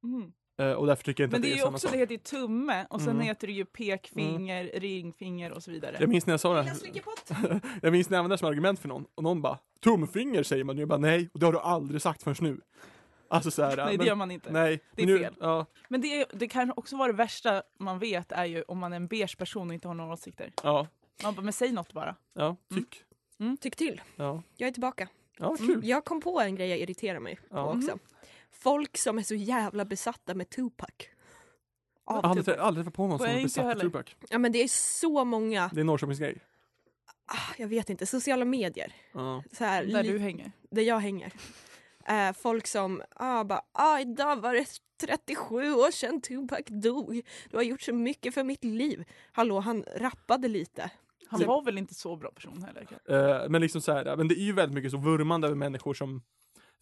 [SPEAKER 5] Mm.
[SPEAKER 4] Eh, och därför tycker jag inte
[SPEAKER 5] Men
[SPEAKER 4] att
[SPEAKER 5] det
[SPEAKER 4] det,
[SPEAKER 5] är ju
[SPEAKER 4] samma
[SPEAKER 5] också,
[SPEAKER 4] sak.
[SPEAKER 5] det heter ju tumme och sen
[SPEAKER 4] Mm.
[SPEAKER 5] heter det ju pekfinger, ringfinger och så vidare.
[SPEAKER 4] Jag minns när jag sa det här. Jag minns när jag använde det som argument för någon och någon bara tumfinger säger man ju. Jag bara nej, och det har du aldrig sagt förrän nu. Alltså så här,
[SPEAKER 5] Nej det
[SPEAKER 4] men-
[SPEAKER 5] gör man inte.
[SPEAKER 4] Nej,
[SPEAKER 5] Det är
[SPEAKER 4] men nu,
[SPEAKER 5] fel.
[SPEAKER 4] Ja,
[SPEAKER 5] Men det, är, det kan också vara det värsta man vet är ju om man är en beige person och inte har några åsikter.
[SPEAKER 4] ja,
[SPEAKER 5] Man bara, men säg något bara.
[SPEAKER 4] ja, tyck.
[SPEAKER 3] Tyck till.
[SPEAKER 4] Ja,
[SPEAKER 3] Jag är tillbaka. Mm.
[SPEAKER 4] ja,
[SPEAKER 5] Mm.
[SPEAKER 4] kul.
[SPEAKER 3] Jag kom på en grej jag irriterar mig på
[SPEAKER 4] Ja.
[SPEAKER 3] också. Folk som är så jävla besatta med Tupac.
[SPEAKER 4] Jag har
[SPEAKER 5] typ
[SPEAKER 4] aldrig, aldrig träffat på någon som
[SPEAKER 5] Nej,
[SPEAKER 4] är
[SPEAKER 5] inte
[SPEAKER 4] besatt av
[SPEAKER 5] heller.
[SPEAKER 4] Tupac.
[SPEAKER 3] Ja men det är så många,
[SPEAKER 4] Det är en Norrköpingsgrej.
[SPEAKER 3] ah, jag vet inte, sociala medier.
[SPEAKER 4] Ja.
[SPEAKER 3] Så här,
[SPEAKER 5] Där
[SPEAKER 3] li-
[SPEAKER 5] du hänger.
[SPEAKER 3] där jag hänger. Eh, folk som ah, bara ah, idag var det 37 år sedan Tupac dog. Du har gjort så mycket för mitt liv. Hallå, han rappade lite.
[SPEAKER 5] Han
[SPEAKER 4] Typ.
[SPEAKER 5] var väl inte så bra person heller? kanske?
[SPEAKER 4] Eh, men liksom så här, ja, men det är ju väldigt mycket så vurmande över människor som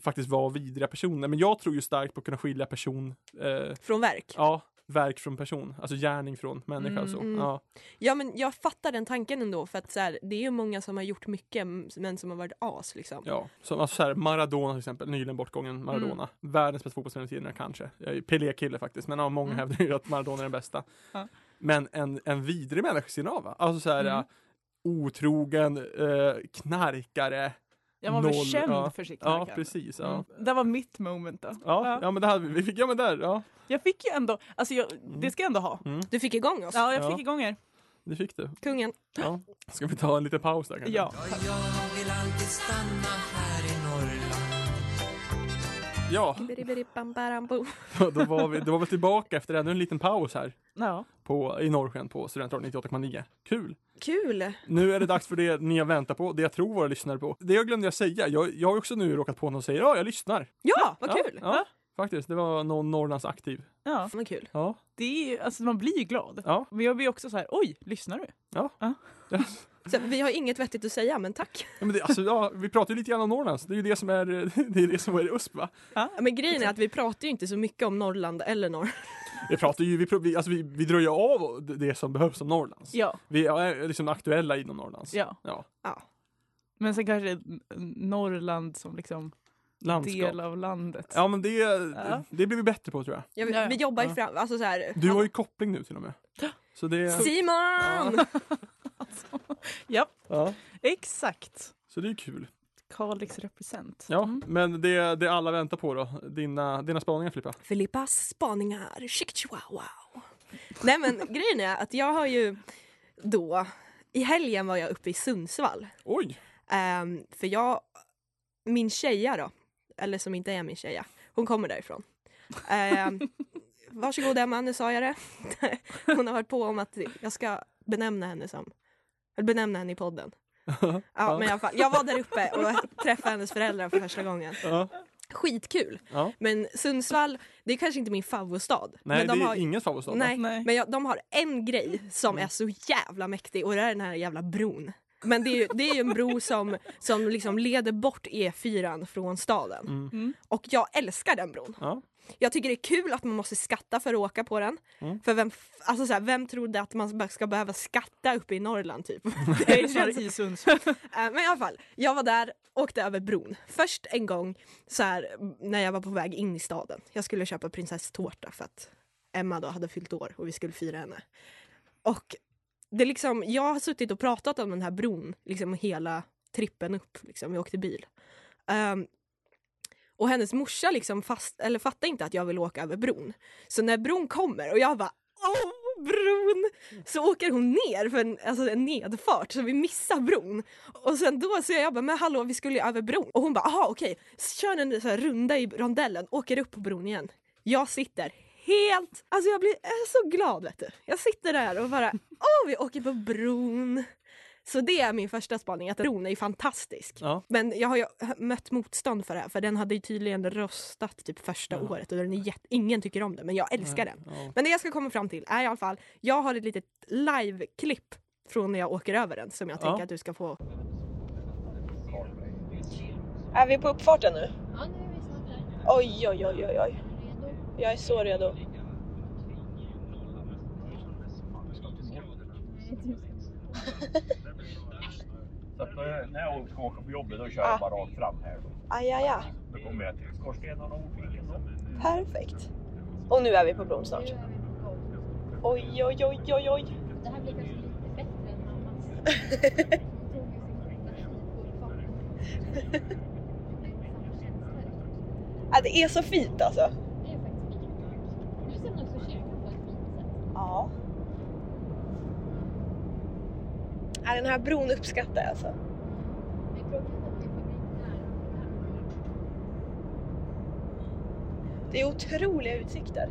[SPEAKER 4] faktiskt var vidriga personer. Men jag tror ju starkt på att kunna skilja person, eh,
[SPEAKER 3] Från verk.
[SPEAKER 4] ja, verk från person. Alltså gärning från människa och så.
[SPEAKER 3] Mm, mm.
[SPEAKER 4] Ja.
[SPEAKER 3] Ja men jag fattar den tanken ändå för att så här, det är ju många som har gjort mycket men som har varit as liksom.
[SPEAKER 4] Ja, som alltså så här, Maradona till exempel, nyligen bortgången Maradona. Världens bästa fotbollsspelare i tiderna kanske. Jag är ju Pelé-kille faktiskt, men ja, många
[SPEAKER 5] Mm.
[SPEAKER 4] hävdar ju att Maradona är den bästa.
[SPEAKER 5] Ja.
[SPEAKER 4] Men en, en vidrig människa i sin ava. Alltså så här,
[SPEAKER 5] Mm.
[SPEAKER 4] ja, otrogen, eh, knarkare.
[SPEAKER 5] Jag var väl
[SPEAKER 4] Noll,
[SPEAKER 5] känd
[SPEAKER 4] ja.
[SPEAKER 5] för sitt
[SPEAKER 4] Ja,
[SPEAKER 5] knarkande.
[SPEAKER 4] precis. Ja.
[SPEAKER 5] Mm. Det var mitt moment då.
[SPEAKER 4] Ja, ja, men det här, vi fick, ja men där, ja.
[SPEAKER 5] Jag fick ju ändå, alltså jag,
[SPEAKER 4] Mm.
[SPEAKER 5] det ska jag ändå ha.
[SPEAKER 3] Du fick igång oss,
[SPEAKER 5] Ja, jag
[SPEAKER 4] Ja.
[SPEAKER 5] fick igång er.
[SPEAKER 4] Det fick du.
[SPEAKER 3] kungen.
[SPEAKER 4] Ja. Ska vi ta en liten paus där kanske?
[SPEAKER 5] Ja.
[SPEAKER 2] Jag vill alltid stanna här i Norrland
[SPEAKER 4] Ja, (laughs)
[SPEAKER 3] Bidibidibambarambom.
[SPEAKER 4] då- då var vi, då var vi tillbaka efter ännu en liten paus här
[SPEAKER 5] ja.
[SPEAKER 4] på, i Norrsken på Studentradion 98,9. Kul!
[SPEAKER 3] Kul!
[SPEAKER 4] Nu är det dags för det ni har väntat på, det jag tror våra lyssnare på. Det jag glömde jag säga, jag, jag har ju också nu råkat på någon som säger ja, jag lyssnar.
[SPEAKER 3] Ja, vad
[SPEAKER 4] ja,
[SPEAKER 3] kul!
[SPEAKER 4] Ja, faktiskt. Det var någon Norrlands aktiv.
[SPEAKER 5] ja.
[SPEAKER 3] Vad kul.
[SPEAKER 4] Ja,
[SPEAKER 5] Det är, ju- alltså man blir ju glad.
[SPEAKER 4] Ja.
[SPEAKER 5] Men jag blir också så här, oj, lyssnar du?
[SPEAKER 3] Så, vi har inget vettigt att säga men tack.
[SPEAKER 4] ja men det, alltså, ja, vi pratar ju lite grann om Norrlands. Det är ju det som är, (laughs) det är det som är USP va?
[SPEAKER 3] Ja, Men grejen är att vi pratar ju inte så mycket om Norrland eller norr.
[SPEAKER 4] Vi pratar ju, vi, pro- vi, alltså, vi, vi drar ju av det som behövs om Norrlands.
[SPEAKER 5] Ja.
[SPEAKER 4] Vi är liksom aktuella inom Norrlands.
[SPEAKER 5] ja.
[SPEAKER 4] ja.
[SPEAKER 5] Men sen kanske det är N- Norrland som liksom
[SPEAKER 4] Landskap.
[SPEAKER 5] del av landet.
[SPEAKER 4] Ja men det,
[SPEAKER 5] Ja.
[SPEAKER 4] det blir vi bättre på tror jag.
[SPEAKER 3] Ja, vi,
[SPEAKER 5] Ja, ja.
[SPEAKER 3] vi jobbar ju
[SPEAKER 4] Ja.
[SPEAKER 3] fram, alltså så här.
[SPEAKER 4] Du har ju koppling nu till och med. Så det,
[SPEAKER 3] Simon!
[SPEAKER 5] Ja,
[SPEAKER 4] ja,
[SPEAKER 5] exakt.
[SPEAKER 4] så det är kul.
[SPEAKER 5] Kalix represent.
[SPEAKER 4] Ja,
[SPEAKER 5] Mm.
[SPEAKER 4] men det, det alla väntar på då. Dina, dina spaningar Filippa.
[SPEAKER 3] (laughs) Filippas spaningar. Chick, chihuahua. wow. Nej men grejen är att jag har ju då, i helgen var jag uppe i Sundsvall.
[SPEAKER 4] Oj!
[SPEAKER 3] Ehm, för jag, min tjeja då, eller som inte är min tjeja, hon kommer därifrån.
[SPEAKER 4] (laughs)
[SPEAKER 3] Um, varsågod Emma, nu sa jag det. (laughs) hon har varit på om att jag ska benämna henne som, eller benämna henne i podden.
[SPEAKER 4] (laughs)
[SPEAKER 3] Ja, men i alla fall, jag var där uppe och träffade hennes föräldrar för första gången.
[SPEAKER 4] Ja,
[SPEAKER 3] Skitkul!
[SPEAKER 4] ja.
[SPEAKER 3] Men Sundsvall, det är kanske inte min favvostad.
[SPEAKER 4] Nej,
[SPEAKER 3] men de
[SPEAKER 4] det är
[SPEAKER 3] har,
[SPEAKER 4] ingen favoritstad.
[SPEAKER 3] nej, (laughs)
[SPEAKER 5] Nej.
[SPEAKER 3] men jag, de har en grej som
[SPEAKER 4] Mm.
[SPEAKER 3] är så jävla mäktig och det är den här jävla bron. Men det är ju, det är ju en bro som, som liksom leder bort E4 från staden.
[SPEAKER 4] Mm.
[SPEAKER 5] Mm.
[SPEAKER 3] Och jag älskar den bron.
[SPEAKER 4] Ja.
[SPEAKER 3] Jag tycker det är kul att man måste skatta för att åka på den.
[SPEAKER 4] Mm.
[SPEAKER 3] För vem, f- alltså så här, vem trodde att man bara ska behöva skatta uppe i Norrland typ?
[SPEAKER 5] Det känns i Sundsvall.
[SPEAKER 3] Eh, Men i alla fall, jag var där, åkte över bron. Först en gång så här, m- när jag var på väg in i staden. Jag skulle köpa prinsesstårta för att Emma då hade fyllt år och vi skulle fira henne. Och det är liksom, jag har suttit och pratat om den här bron liksom hela trippen upp. Liksom. Vi åkte bil. Ehm, och hennes morsa liksom fast, eller fattar inte att jag vill åka över bron. Så när bron kommer och jag bara Åh, bron! Så åker hon ner för en, alltså en nedfart så vi missar bron. Och sen då säger jag bara, men hallå vi skulle ju över bron. Och hon bara, aha okej. Så Kör en så här runda i rondellen, åker upp på bron igen. Jag sitter helt, alltså (laughs) jag blir jag är så glad vet du. Jag sitter där och bara, åh vi åker på bron. Så det är min första spaning, att Ron är ju fantastisk.
[SPEAKER 4] Ja.
[SPEAKER 3] Men jag har ju mött motstånd för det här, för den hade ju tydligen röstat typ första
[SPEAKER 4] Ja.
[SPEAKER 3] året och den är jätte, ingen tycker om den, men jag älskar den.
[SPEAKER 4] Ja.
[SPEAKER 3] Men det jag ska komma fram till är i alla fall, jag har ett litet live-klipp från när jag åker över den som jag
[SPEAKER 4] Ja.
[SPEAKER 3] tänker att du ska få.
[SPEAKER 6] Är vi på uppfarten nu? Oj, oj, oj, oj, oj. Jag är så redo.
[SPEAKER 7] Så att, eh, när jag ska åka på jobbet då kör
[SPEAKER 6] Ah.
[SPEAKER 7] jag bara rakt fram här. Då,
[SPEAKER 6] Aj, aj, aj.
[SPEAKER 7] då kommer jag till skorstenen och ortviken. då.
[SPEAKER 6] Perfekt. Och nu är vi på bron snart. Oj, oj, oj, oj, oj.
[SPEAKER 8] Det här blir kanske lite bättre än mammas. Hon tog ju sin sista skitbullfart. Det är samma känsla.
[SPEAKER 6] Ja, Äh, det är så fint alltså.
[SPEAKER 8] Det är faktiskt lika bra. Du ser också kyrkan på ett fint sätt.
[SPEAKER 6] Ja. Ja, Äh, den här bron uppskattar jag alltså.
[SPEAKER 8] Det är tråkigt att det är fabriknära.
[SPEAKER 6] Det är otroliga utsikter.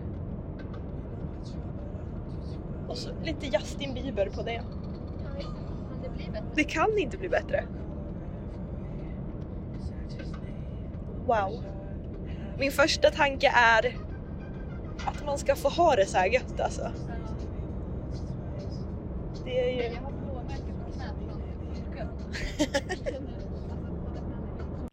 [SPEAKER 6] Och så lite Justin Bieber på det.
[SPEAKER 8] Ja, exakt. Men det blir bättre.
[SPEAKER 6] Det kan inte bli bättre. Wow. Min första tanke är att man ska få ha det så här gött alltså. Det är ju...
[SPEAKER 8] Jag har blåmärken på knät från kyrkan.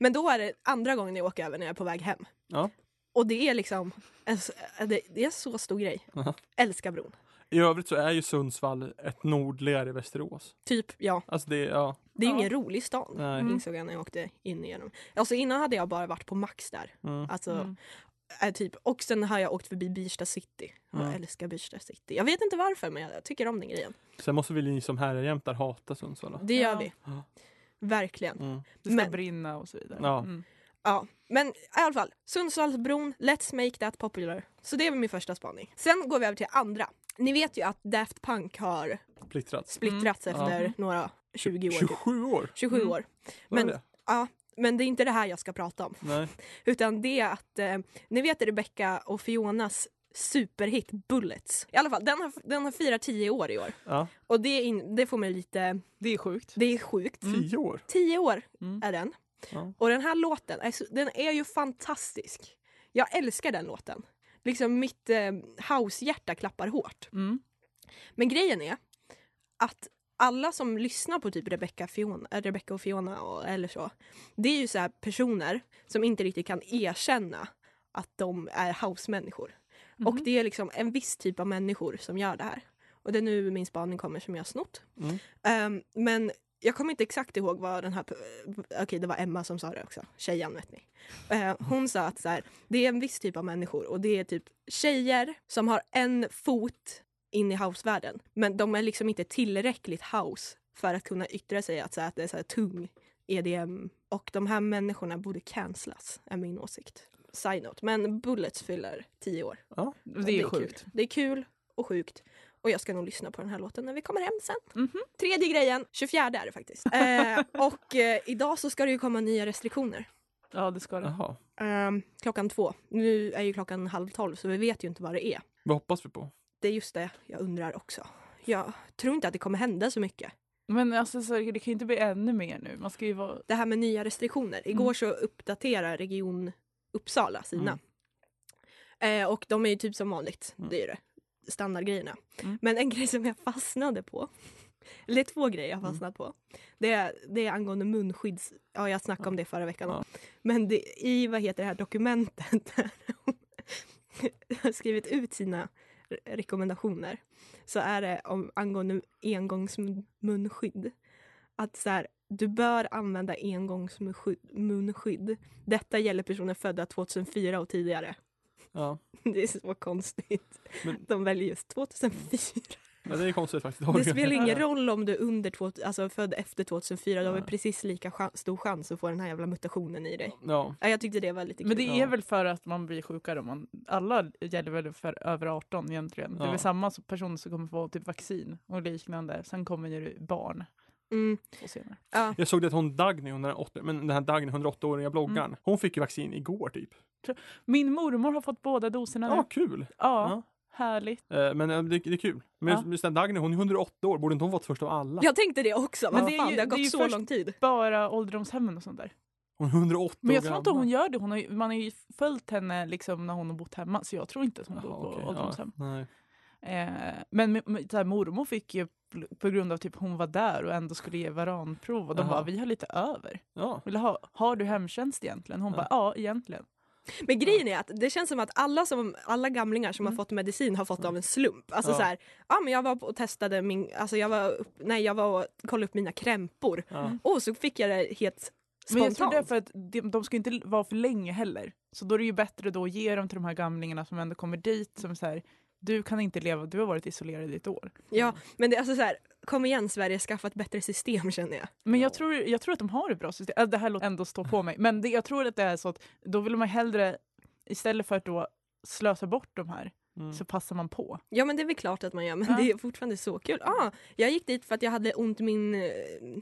[SPEAKER 3] Men då är det andra gången jag åker över när jag är på väg hem.
[SPEAKER 4] Ja.
[SPEAKER 3] Och det är liksom, en s- det det är en så stor grej.
[SPEAKER 4] Aha.
[SPEAKER 3] Älskar bron.
[SPEAKER 4] I övrigt så är ju Sundsvall ett nordligare Västerås.
[SPEAKER 3] Typ, ja.
[SPEAKER 4] Alltså det, ja.
[SPEAKER 3] Det är ju
[SPEAKER 5] Ja.
[SPEAKER 3] ingen rolig stad.
[SPEAKER 4] Nej.
[SPEAKER 5] Mm.
[SPEAKER 3] Insåg jag när jag åkte in igenom. Alltså innan hade jag bara varit på Max där.
[SPEAKER 4] Mm.
[SPEAKER 3] Alltså,
[SPEAKER 5] Mm.
[SPEAKER 3] eh, typ. Och sen har jag åkt förbi Birsta city.
[SPEAKER 4] Mm.
[SPEAKER 3] Jag älskar Birsta city. Jag vet inte varför men jag tycker om den grejen.
[SPEAKER 4] Sen måste väl ni som härjämtar hata Sundsvall? då?
[SPEAKER 3] Det gör
[SPEAKER 5] Ja.
[SPEAKER 3] vi.
[SPEAKER 4] Ja.
[SPEAKER 3] Verkligen.
[SPEAKER 4] Mm.
[SPEAKER 5] Det ska
[SPEAKER 3] Men-
[SPEAKER 5] brinna och så vidare.
[SPEAKER 4] Ja.
[SPEAKER 5] Mm.
[SPEAKER 3] Ja, men i alla fall. Sundsvallsbron, let's make that popular. Så det är väl min första spaning. Sen går vi över till andra. Ni vet ju att Daft Punk har
[SPEAKER 4] Splittrats.
[SPEAKER 3] splittrats
[SPEAKER 4] Mm.
[SPEAKER 3] efter några 20 år. typ.
[SPEAKER 4] 27 år?
[SPEAKER 3] 27
[SPEAKER 5] Mm.
[SPEAKER 3] år.
[SPEAKER 4] Var
[SPEAKER 3] Men-
[SPEAKER 4] det?
[SPEAKER 3] Ja, men det är inte det här jag ska prata om.
[SPEAKER 4] Nej.
[SPEAKER 3] Utan det är att, eh, ni vet Rebecca och Fionas superhit Bullets. I alla fall, den har, den har firat 10 år i år.
[SPEAKER 4] Ja.
[SPEAKER 3] Och det, är in, det får mig lite,
[SPEAKER 5] Det är sjukt.
[SPEAKER 3] det är sjukt.
[SPEAKER 4] 10 år?
[SPEAKER 3] 10 år
[SPEAKER 5] Mm.
[SPEAKER 3] är den.
[SPEAKER 4] Ja.
[SPEAKER 3] Och den här låten, är så- den är ju fantastisk. Jag älskar den låten. Liksom mitt eh, househjärta klappar hårt.
[SPEAKER 5] Mm.
[SPEAKER 3] Men grejen är att alla som lyssnar på typ Rebecca, Fiona, äh, Rebecca och Fiona och, eller så, det är ju så här personer som inte riktigt kan erkänna att de är house-människor. Och det är liksom en viss typ av människor som gör det här. Och det är nu min spaning kommer som jag har snott.
[SPEAKER 4] Mm.
[SPEAKER 3] Ehm, men jag kommer inte exakt ihåg vad den här... p- eh, Okej, det var Emma som sa det också. Tjejen, vet ni. Eh, hon sa att så här, det är en viss typ av människor och det är typ tjejer som har en fot in i housevärlden. Men de är liksom inte tillräckligt house för att kunna yttra sig att, så här, att det är så här tung EDM. Och de här människorna borde cancelas, är min åsikt. Side note. Men Bullets fyller tio år.
[SPEAKER 5] Det är sjukt.
[SPEAKER 3] Kul. Det är kul och sjukt. Och jag ska nog lyssna på den här låten när vi kommer hem sen.
[SPEAKER 5] Mhm.
[SPEAKER 3] Tredje grejen, 24 är det
[SPEAKER 5] (laughs)
[SPEAKER 3] faktiskt. Eh, och eh, idag så ska det ju komma nya restriktioner.
[SPEAKER 5] Ja, det ska det.
[SPEAKER 4] Jaha.
[SPEAKER 3] Ehm, klockan två. Nu är ju klockan halv tolv så vi vet ju inte vad det är.
[SPEAKER 4] Vad hoppas vi på?
[SPEAKER 3] Det är just det jag undrar också. Jag tror inte att det kommer hända så mycket.
[SPEAKER 5] Men alltså, så, det kan ju inte bli ännu mer nu. Man ska ju vara...
[SPEAKER 3] det här med nya restriktioner. Igår så uppdaterar Region Uppsala sina. Eh, och de är ju typ som vanligt.
[SPEAKER 4] Mm.
[SPEAKER 3] Det är ju det. Standardgrejerna.
[SPEAKER 5] Mm.
[SPEAKER 3] Men en (laughs) grej som jag fastnade på. Eller två grejer jag har fastnat på. Det är, det är angående munskydds... Ja, jag snackade om det förra veckan.
[SPEAKER 4] Ja.
[SPEAKER 3] Men det, i vad heter det här dokumentet (laughs) där de har skrivit ut sina re- rekommendationer så är det om, angående engångsmunskydd. Att så här, du bör använda engångsmunskydd. Detta gäller personer födda 2004 och tidigare. (laughs)
[SPEAKER 4] Ja.
[SPEAKER 3] Det är så konstigt.
[SPEAKER 4] Men-
[SPEAKER 3] De väljer just 2004.
[SPEAKER 4] ja, det är konstigt faktiskt.
[SPEAKER 3] Det spelar ingen
[SPEAKER 4] (laughs) Ja.
[SPEAKER 3] roll om du är under 2000, alltså född efter 2004. Du har väl
[SPEAKER 4] Nej.
[SPEAKER 3] precis lika chan- stor chans att få den här jävla mutationen i dig.
[SPEAKER 4] Ja.
[SPEAKER 3] Ja, jag tyckte det var lite kul.
[SPEAKER 5] Men det
[SPEAKER 4] Ja.
[SPEAKER 5] är väl för att man blir sjukare. om Man, alla gäller väl för över 18 egentligen. Det är
[SPEAKER 4] Ja.
[SPEAKER 5] väl samma som personer som kommer få typ vaccin och liknande. Sen kommer ju det barn
[SPEAKER 3] Mm.
[SPEAKER 5] och senare.
[SPEAKER 4] Jag såg det att hon Dagny, hon den här åtta- men den här Dagny 108-åriga bloggaren,
[SPEAKER 5] Mm.
[SPEAKER 4] hon fick ju vaccin igår typ.
[SPEAKER 5] Min mormor har fått båda doserna
[SPEAKER 4] Ja,
[SPEAKER 5] nu.
[SPEAKER 4] kul!
[SPEAKER 5] Ja.
[SPEAKER 4] Ja.
[SPEAKER 5] Härligt.
[SPEAKER 4] Eh, Men eh, det, det är kul. Men
[SPEAKER 5] Ja.
[SPEAKER 4] just den Dagny, hon är 108 år, borde inte hon fått först av alla?
[SPEAKER 3] Jag tänkte det också. Men
[SPEAKER 5] Men
[SPEAKER 3] vad
[SPEAKER 5] det är
[SPEAKER 3] fan,
[SPEAKER 5] ju-
[SPEAKER 3] det har
[SPEAKER 5] det är ju
[SPEAKER 3] gått så
[SPEAKER 5] först-
[SPEAKER 3] lång tid.
[SPEAKER 5] Bara ålderdomshemmen och sånt där.
[SPEAKER 4] Hon är 108
[SPEAKER 5] Men jag
[SPEAKER 4] år
[SPEAKER 5] tror inte
[SPEAKER 4] gammal.
[SPEAKER 5] hon gör det. Hon har ju, man har ju följt henne liksom när hon har bott hemma så jag tror inte att hon bor
[SPEAKER 4] Jaha,
[SPEAKER 5] på
[SPEAKER 4] okej, ja,
[SPEAKER 5] ålderdomshem.
[SPEAKER 4] nej.
[SPEAKER 5] Eh, men m- m- så här, mormor fick ju pl- på grund av typ hon var där och ändå skulle ge varanprov och de
[SPEAKER 4] Jaha.
[SPEAKER 5] bara vi har lite över.
[SPEAKER 4] Ja,
[SPEAKER 5] Vill du ha, har du hemtjänst egentligen? Hon
[SPEAKER 4] Ja.
[SPEAKER 5] bara ja egentligen.
[SPEAKER 3] Men grejen är att det känns som att alla, som, alla gamlingar
[SPEAKER 5] Mm.
[SPEAKER 3] som har fått medicin har fått det av en slump. Alltså
[SPEAKER 4] Ja.
[SPEAKER 3] så här, ja men jag var och testade min, alltså jag var, upp, nej jag var och kollade upp mina krämpor.
[SPEAKER 4] ja.
[SPEAKER 5] Mm.
[SPEAKER 3] Och så fick jag det helt
[SPEAKER 5] Men jag tror
[SPEAKER 3] spontant.
[SPEAKER 5] det är för att de, de ska ju inte vara för länge heller. Så då är det ju bättre då att ge dem till de här gamlingarna som ändå kommer dit som så här du kan inte leva, du har varit isolerad i ett år.
[SPEAKER 3] Ja, men det är alltså så här, kom igen Sverige, skaffa ett bättre system känner jag.
[SPEAKER 5] Men jag tror, jag tror att de har ett bra system. Äh, Det här låter ändå stå på mig. Men det, jag tror att det är så att då vill man hellre, istället för att då slösa bort de här,
[SPEAKER 4] Mm.
[SPEAKER 5] så passar man på.
[SPEAKER 3] Ja men det är väl klart att man gör, men
[SPEAKER 5] Ja.
[SPEAKER 3] det är fortfarande så kul. Ah, jag gick dit för att jag hade ont i min eh,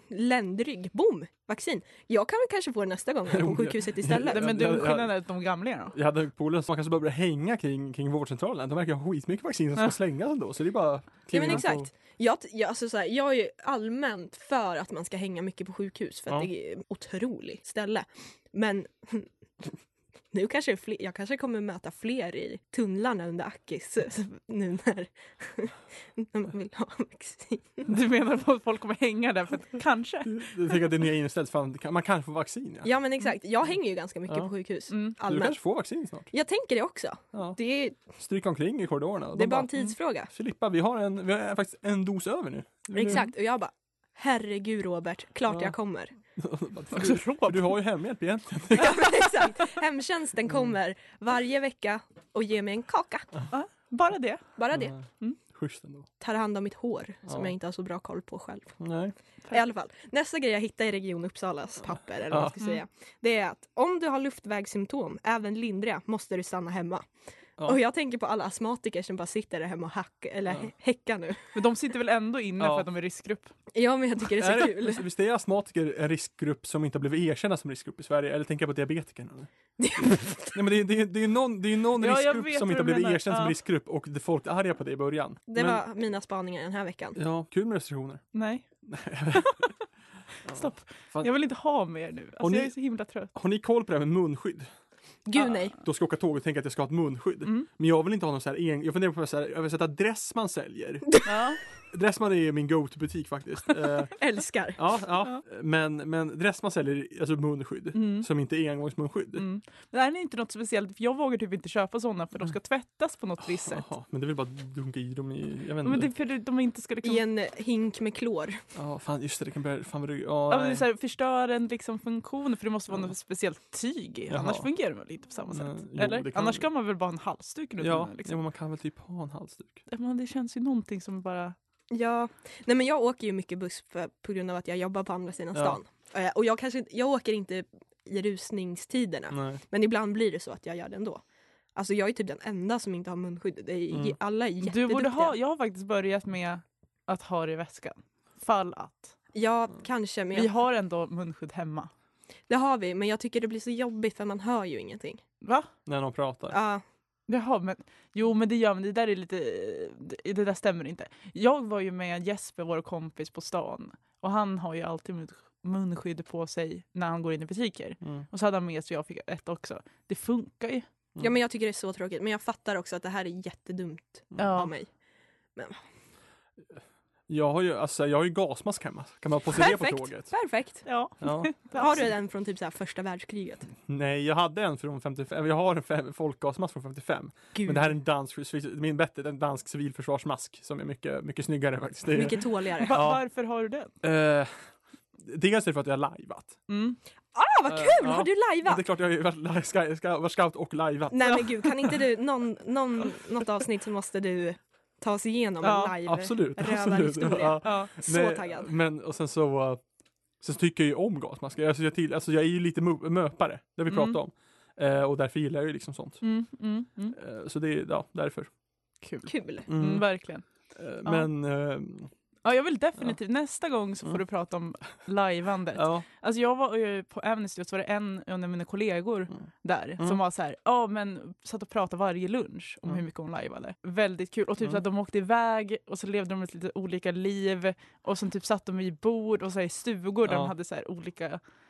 [SPEAKER 3] ländrygg. Boom! Vaccin. Jag kan väl kanske få det nästa gång här på
[SPEAKER 4] Jo, ja.
[SPEAKER 3] sjukhuset istället.
[SPEAKER 5] (laughs) Nej, men
[SPEAKER 4] jag-
[SPEAKER 5] du,
[SPEAKER 4] jag-
[SPEAKER 5] skillnaden är att de gamla då.
[SPEAKER 4] Jag hade polare som man kanske bara började hänga kring, kring vårdcentralen. De verkar ha skitmycket vaccin som ska
[SPEAKER 5] Ja.
[SPEAKER 4] slängas ändå. Så det är bara...
[SPEAKER 3] Ja, men
[SPEAKER 4] kliva
[SPEAKER 3] exakt. Jag, t- jag, alltså, så här, jag är ju allmänt för att man ska hänga mycket på sjukhus för att
[SPEAKER 4] Ja.
[SPEAKER 3] det är ett otroligt ställe. Men (laughs) nu kanske det är fler, jag kanske kommer möta fler i tunnlarna under Akis (laughs) nu när, (laughs) när man vill ha vaccin.
[SPEAKER 5] Du menar på att folk kommer hänga där för att kanske.
[SPEAKER 4] på- Jag tänker att det är nya inställt. Fan, det kan- man kanske får vaccin ja.
[SPEAKER 3] Ja men exakt, jag hänger ju ganska mycket
[SPEAKER 4] Mm. Ja.
[SPEAKER 3] på sjukhus
[SPEAKER 5] Mm.
[SPEAKER 4] du
[SPEAKER 3] allmänt.
[SPEAKER 4] kanske får vaccin snart.
[SPEAKER 3] Jag tänker det också.
[SPEAKER 4] Ja.
[SPEAKER 3] Det är,
[SPEAKER 4] Stryka omkring i korridorerna.
[SPEAKER 3] det är
[SPEAKER 4] De
[SPEAKER 3] bara
[SPEAKER 4] bara, mm.
[SPEAKER 3] en tidsfråga.
[SPEAKER 4] Filippa, vi har, en, vi har faktiskt en dos över nu. Vill du- (laughs)
[SPEAKER 3] Exakt, och jag bara herregud Robert, klart
[SPEAKER 4] Mm. Ja.
[SPEAKER 3] jag
[SPEAKER 4] (laughs)
[SPEAKER 3] kommer.
[SPEAKER 4] För du, för du har ju hemhjälp egentligen.
[SPEAKER 3] Ja, men exakt.
[SPEAKER 4] Mm.
[SPEAKER 3] Hemtjänsten kommer varje vecka och ger mig en kaka.
[SPEAKER 5] Ja, bara det.
[SPEAKER 3] Bara det.
[SPEAKER 4] Mm. Schysst ändå.
[SPEAKER 3] tar hand om mitt hår som
[SPEAKER 4] Ja.
[SPEAKER 3] jag inte har så bra koll på själv.
[SPEAKER 4] Nej.
[SPEAKER 3] I alla fall, nästa grej jag hittade i Region Uppsalas papper eller vad
[SPEAKER 4] Ja.
[SPEAKER 3] jag ska säga. Det är att om du har luftvägssymptom, även lindriga, måste du stanna hemma.
[SPEAKER 4] Ja.
[SPEAKER 3] Och jag tänker på alla astmatiker som bara sitter där hemma och hack, eller
[SPEAKER 4] Ja.
[SPEAKER 3] häckar nu.
[SPEAKER 5] Men de sitter väl ändå inne
[SPEAKER 4] Ja.
[SPEAKER 5] för att de är riskgrupp.
[SPEAKER 3] Ja men jag tycker det är så
[SPEAKER 4] Är
[SPEAKER 3] kul.
[SPEAKER 4] det, visst är astmatiker en riskgrupp som inte har blivit erkända som riskgrupp i Sverige? Eller tänker jag på diabetikerna?
[SPEAKER 3] (laughs)
[SPEAKER 4] eller? Nej men det är, det är, det är någon, det är någon
[SPEAKER 5] Ja, jag
[SPEAKER 4] riskgrupp
[SPEAKER 5] vet
[SPEAKER 4] som
[SPEAKER 5] vad
[SPEAKER 4] inte har
[SPEAKER 5] du
[SPEAKER 4] blivit
[SPEAKER 5] menar.
[SPEAKER 4] erkänd som
[SPEAKER 5] Ja.
[SPEAKER 4] riskgrupp och det folk är arga på det i början.
[SPEAKER 3] Det
[SPEAKER 4] men,
[SPEAKER 3] var mina spaningar den här veckan.
[SPEAKER 4] Ja, kul med restriktioner.
[SPEAKER 5] Nej. Stopp.
[SPEAKER 4] Fan.
[SPEAKER 5] Jag vill inte ha mer nu. Alltså,
[SPEAKER 4] Och ni-
[SPEAKER 5] Jag är så himla trött.
[SPEAKER 4] Har ni koll på det här med munskydd?
[SPEAKER 3] Gud nej.
[SPEAKER 4] Då ska jag åka tåg och tänka att jag ska ha ett munskydd.
[SPEAKER 3] Mm.
[SPEAKER 5] Mm.
[SPEAKER 4] Men jag vill inte ha någon så här en... Jag funderar på så här, jag vill sätta
[SPEAKER 3] (laughs)
[SPEAKER 4] Dressman säljer.
[SPEAKER 5] Ja.
[SPEAKER 4] Dressman är min go-to-butik faktiskt. Eh,
[SPEAKER 3] Älskar.
[SPEAKER 4] ja, ja. Men, men Dressman säljer alltså munskydd som inte är engångsmunskydd.
[SPEAKER 5] Mm. Det här är inte något speciellt, för jag vågar typ inte köpa sådana för de ska tvättas på något visst sätt.
[SPEAKER 4] Jaha, men det är väl bara att dunka i dem i... Jag vet
[SPEAKER 5] Men det
[SPEAKER 4] inte.
[SPEAKER 5] är för att de inte ska liksom
[SPEAKER 3] I en hink med klor.
[SPEAKER 4] Ja, fan just det, det kan börja... Fan vad det...
[SPEAKER 5] Ja,
[SPEAKER 4] Ja,
[SPEAKER 5] men det är
[SPEAKER 4] nej.
[SPEAKER 5] så här, förstör en liksom funktion för det måste vara något speciellt tyg i,
[SPEAKER 4] Jaha.
[SPEAKER 5] annars fungerar det väl inte på samma sätt?
[SPEAKER 4] Nej, jo,
[SPEAKER 5] Eller?
[SPEAKER 4] det kan-
[SPEAKER 5] Annars kan man väl bara ha en halsduk runt
[SPEAKER 4] ja,
[SPEAKER 5] munnen,
[SPEAKER 4] ja,
[SPEAKER 5] liksom.
[SPEAKER 4] men man kan väl typ ha en halsduk.
[SPEAKER 5] Men Det känns ju någonting som bara...
[SPEAKER 3] Ja, nej men jag åker ju mycket buss för, på grund av att jag jobbar på andra sidan
[SPEAKER 4] Ja.
[SPEAKER 3] stan. Eh, Och jag, kanske, inte- jag åker inte i rusningstiderna,
[SPEAKER 4] Nej.
[SPEAKER 3] men ibland blir det så att jag gör det ändå. Alltså jag är typ den enda som inte har munskydd. Det är,
[SPEAKER 4] Mm.
[SPEAKER 3] Alla är
[SPEAKER 5] Du
[SPEAKER 3] jätteduktiga.
[SPEAKER 5] borde ha, jag har faktiskt börjat med att ha det i väskan. Fall att.
[SPEAKER 3] Ja, kanske. Men
[SPEAKER 5] Vi
[SPEAKER 3] jag,
[SPEAKER 5] har ändå munskydd hemma.
[SPEAKER 3] det har vi, men jag tycker det blir så jobbigt för man hör ju ingenting.
[SPEAKER 5] Va?
[SPEAKER 4] När någon pratar.
[SPEAKER 3] Ja,
[SPEAKER 5] Jaha, men jo men det gör men det där är lite, eh, det det där stämmer inte. Jag var ju med Jesper, vår kompis på stan och han har ju alltid mun- munskydd på sig när han går in i butiker.
[SPEAKER 4] Mm.
[SPEAKER 5] Och så hade han med sig jag fick ett också. Det funkar ju.
[SPEAKER 3] ja, men jag tycker det är så tråkigt. Men jag fattar också att det här är jättedumt av
[SPEAKER 5] Ja.
[SPEAKER 3] mig.
[SPEAKER 4] Jag har ju, alltså, jag har ju gasmask hemma. Kan man posera på
[SPEAKER 3] Perfekt!
[SPEAKER 5] (laughs)
[SPEAKER 4] tåget?
[SPEAKER 3] Perfekt!
[SPEAKER 5] ja.
[SPEAKER 4] (laughs) Ja.
[SPEAKER 3] Har du den från typ så här första världskriget?
[SPEAKER 4] Nej, jag hade en från 55. Jag har en fem, folkgasmask från 55. Men det här är en dansk, min bättre, en dansk civilförsvarsmask som är mycket, mycket snyggare faktiskt. Det är,
[SPEAKER 3] Mycket tåligare.
[SPEAKER 4] (laughs)
[SPEAKER 5] Va-
[SPEAKER 4] Ja.
[SPEAKER 5] Varför har du den?
[SPEAKER 4] eh, dels är det för att jag har lajvat.
[SPEAKER 5] Mm.
[SPEAKER 3] Ah, vad kul!
[SPEAKER 4] Eh, Ja.
[SPEAKER 3] Har du
[SPEAKER 4] Men
[SPEAKER 3] lajvat?
[SPEAKER 4] Det är klart, jag har ju varit, li- ska- ska- varit scout och lajvat.
[SPEAKER 3] Nej men gud, kan inte du, någon, någon, något avsnitt så måste du ta oss igenom
[SPEAKER 5] Ja,
[SPEAKER 3] en live
[SPEAKER 4] Absolut. absolut.
[SPEAKER 3] rövarhistoria.
[SPEAKER 4] Ja.
[SPEAKER 5] Ja.
[SPEAKER 3] Så
[SPEAKER 4] Nej,
[SPEAKER 3] taggad.
[SPEAKER 4] Men och sen så, eh, sen så tycker jag ju om gasmasker. Alltså jag, till, alltså jag är ju lite mo- möpare, det har vi
[SPEAKER 5] Mm.
[SPEAKER 4] pratat om. Eh, och därför gillar jag ju liksom sånt.
[SPEAKER 5] Mm, mm, mm.
[SPEAKER 4] Eh, så det är, ja, därför.
[SPEAKER 5] Kul.
[SPEAKER 3] Kul.
[SPEAKER 5] Mm, verkligen.
[SPEAKER 4] Eh, Men eh,
[SPEAKER 5] Ja, jag vill definitivt. Nästa gång så får du prata om lajvandet.
[SPEAKER 4] Mm. Ja.
[SPEAKER 5] Alltså jag var ju på Amnesty och så var det en en av mina kollegor
[SPEAKER 4] Mm.
[SPEAKER 5] där som var så här, ja men satt och pratade varje lunch
[SPEAKER 4] Mm.
[SPEAKER 5] om hur mycket hon lajvade. Väldigt kul. Och typ så att de åkte iväg och så levde de ett lite olika liv och sen typ satt de i bord och så här, i stugor där
[SPEAKER 4] Ja.
[SPEAKER 5] de hade så här olika,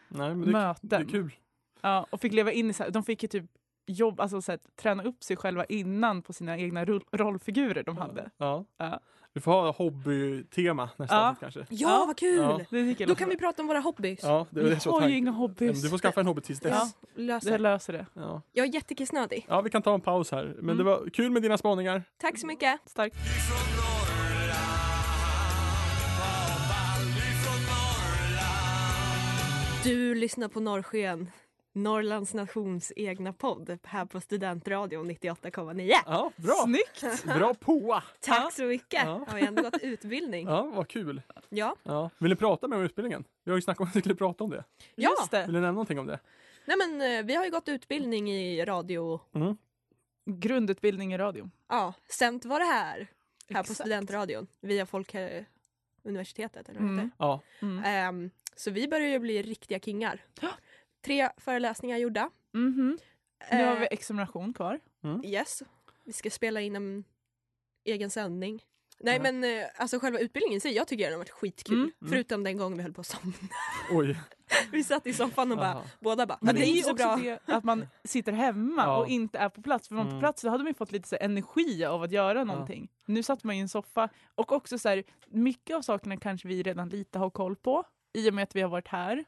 [SPEAKER 4] Nej, men det, är- det är
[SPEAKER 5] Möten.
[SPEAKER 4] kul.
[SPEAKER 5] ja och fick leva in i så här, de fick ju typ jobb, alltså så här, träna upp sig själva innan på sina egna roll, rollfigurer de hade.
[SPEAKER 4] Ja.
[SPEAKER 5] Ja.
[SPEAKER 4] Vi får ha hobbytema nästa
[SPEAKER 5] Ja.
[SPEAKER 4] avsnitt kanske.
[SPEAKER 3] Ja,
[SPEAKER 5] Ja.
[SPEAKER 3] vad kul!
[SPEAKER 4] Ja.
[SPEAKER 5] Det tycker jag
[SPEAKER 3] Då
[SPEAKER 5] låter
[SPEAKER 3] kan
[SPEAKER 5] bra.
[SPEAKER 3] vi prata om våra hobbys.
[SPEAKER 4] Ja, det var det
[SPEAKER 5] Vi
[SPEAKER 4] som
[SPEAKER 5] har
[SPEAKER 4] var
[SPEAKER 5] ju
[SPEAKER 4] tanken.
[SPEAKER 5] inga hobbys.
[SPEAKER 4] Du får skaffa en hobby tills dess.
[SPEAKER 3] Ja,
[SPEAKER 4] Ja.
[SPEAKER 5] Det
[SPEAKER 3] löser.
[SPEAKER 5] löser det.
[SPEAKER 4] Ja.
[SPEAKER 3] Jag är jättekissnödig.
[SPEAKER 4] vi kan ta en paus här. Men
[SPEAKER 5] Mm.
[SPEAKER 4] det var kul med dina spaningar.
[SPEAKER 3] Tack så mycket.
[SPEAKER 5] Starkt.
[SPEAKER 2] Ifrån Norrland, pappa, ifrån Norrland
[SPEAKER 3] Du lyssnar på Norrsken, Norrlands nations egna podd här på Studentradion 98,9.
[SPEAKER 4] Ja, bra. (laughs)
[SPEAKER 5] Snyggt!
[SPEAKER 4] Bra poa!
[SPEAKER 3] Tack så mycket!
[SPEAKER 4] Ja.
[SPEAKER 3] Har jag ändå gått utbildning?
[SPEAKER 4] Ja, vad kul.
[SPEAKER 3] Ja.
[SPEAKER 4] Ja. Vill ni prata med mig om utbildningen? Vi har ju snackat om att vi skulle prata om det.
[SPEAKER 3] Ja.
[SPEAKER 5] Just det.
[SPEAKER 4] Vill ni nämna någonting om det?
[SPEAKER 3] Nej, men, eh, vi har ju gått utbildning i radio.
[SPEAKER 5] Grundutbildning i radio.
[SPEAKER 3] Ja, sänt var det här. Här på
[SPEAKER 5] Exakt.
[SPEAKER 3] Studentradion via Folkuniversitetet. Eller vad det
[SPEAKER 5] Mm.
[SPEAKER 3] heter.
[SPEAKER 4] Ja.
[SPEAKER 3] Ehm, så vi börjar ju bli riktiga kingar. Tre föreläsningar gjorda.
[SPEAKER 5] Mhm. Nu har
[SPEAKER 3] Eh,
[SPEAKER 5] vi examination kvar.
[SPEAKER 3] Yes. Vi ska spela in en egen sändning. Nej men eh, alltså själva utbildningen i sig, jag tycker den har varit skitkul.
[SPEAKER 5] Mm.
[SPEAKER 3] Förutom den gången vi höll på att somna.
[SPEAKER 4] Oj.
[SPEAKER 3] (laughs) Vi satt i soffan och bara,
[SPEAKER 4] Aha.
[SPEAKER 3] båda bara,
[SPEAKER 5] Men det är ju
[SPEAKER 3] inte så
[SPEAKER 5] också
[SPEAKER 3] bra.
[SPEAKER 5] det att man sitter hemma
[SPEAKER 4] Ja.
[SPEAKER 5] och inte är på plats. För var man på
[SPEAKER 4] Mm.
[SPEAKER 5] plats då hade man ju fått lite så här energi av att göra någonting. Nu satt man i en soffa och också så här, mycket av sakerna kanske vi redan lite har koll på i och med att vi har varit här.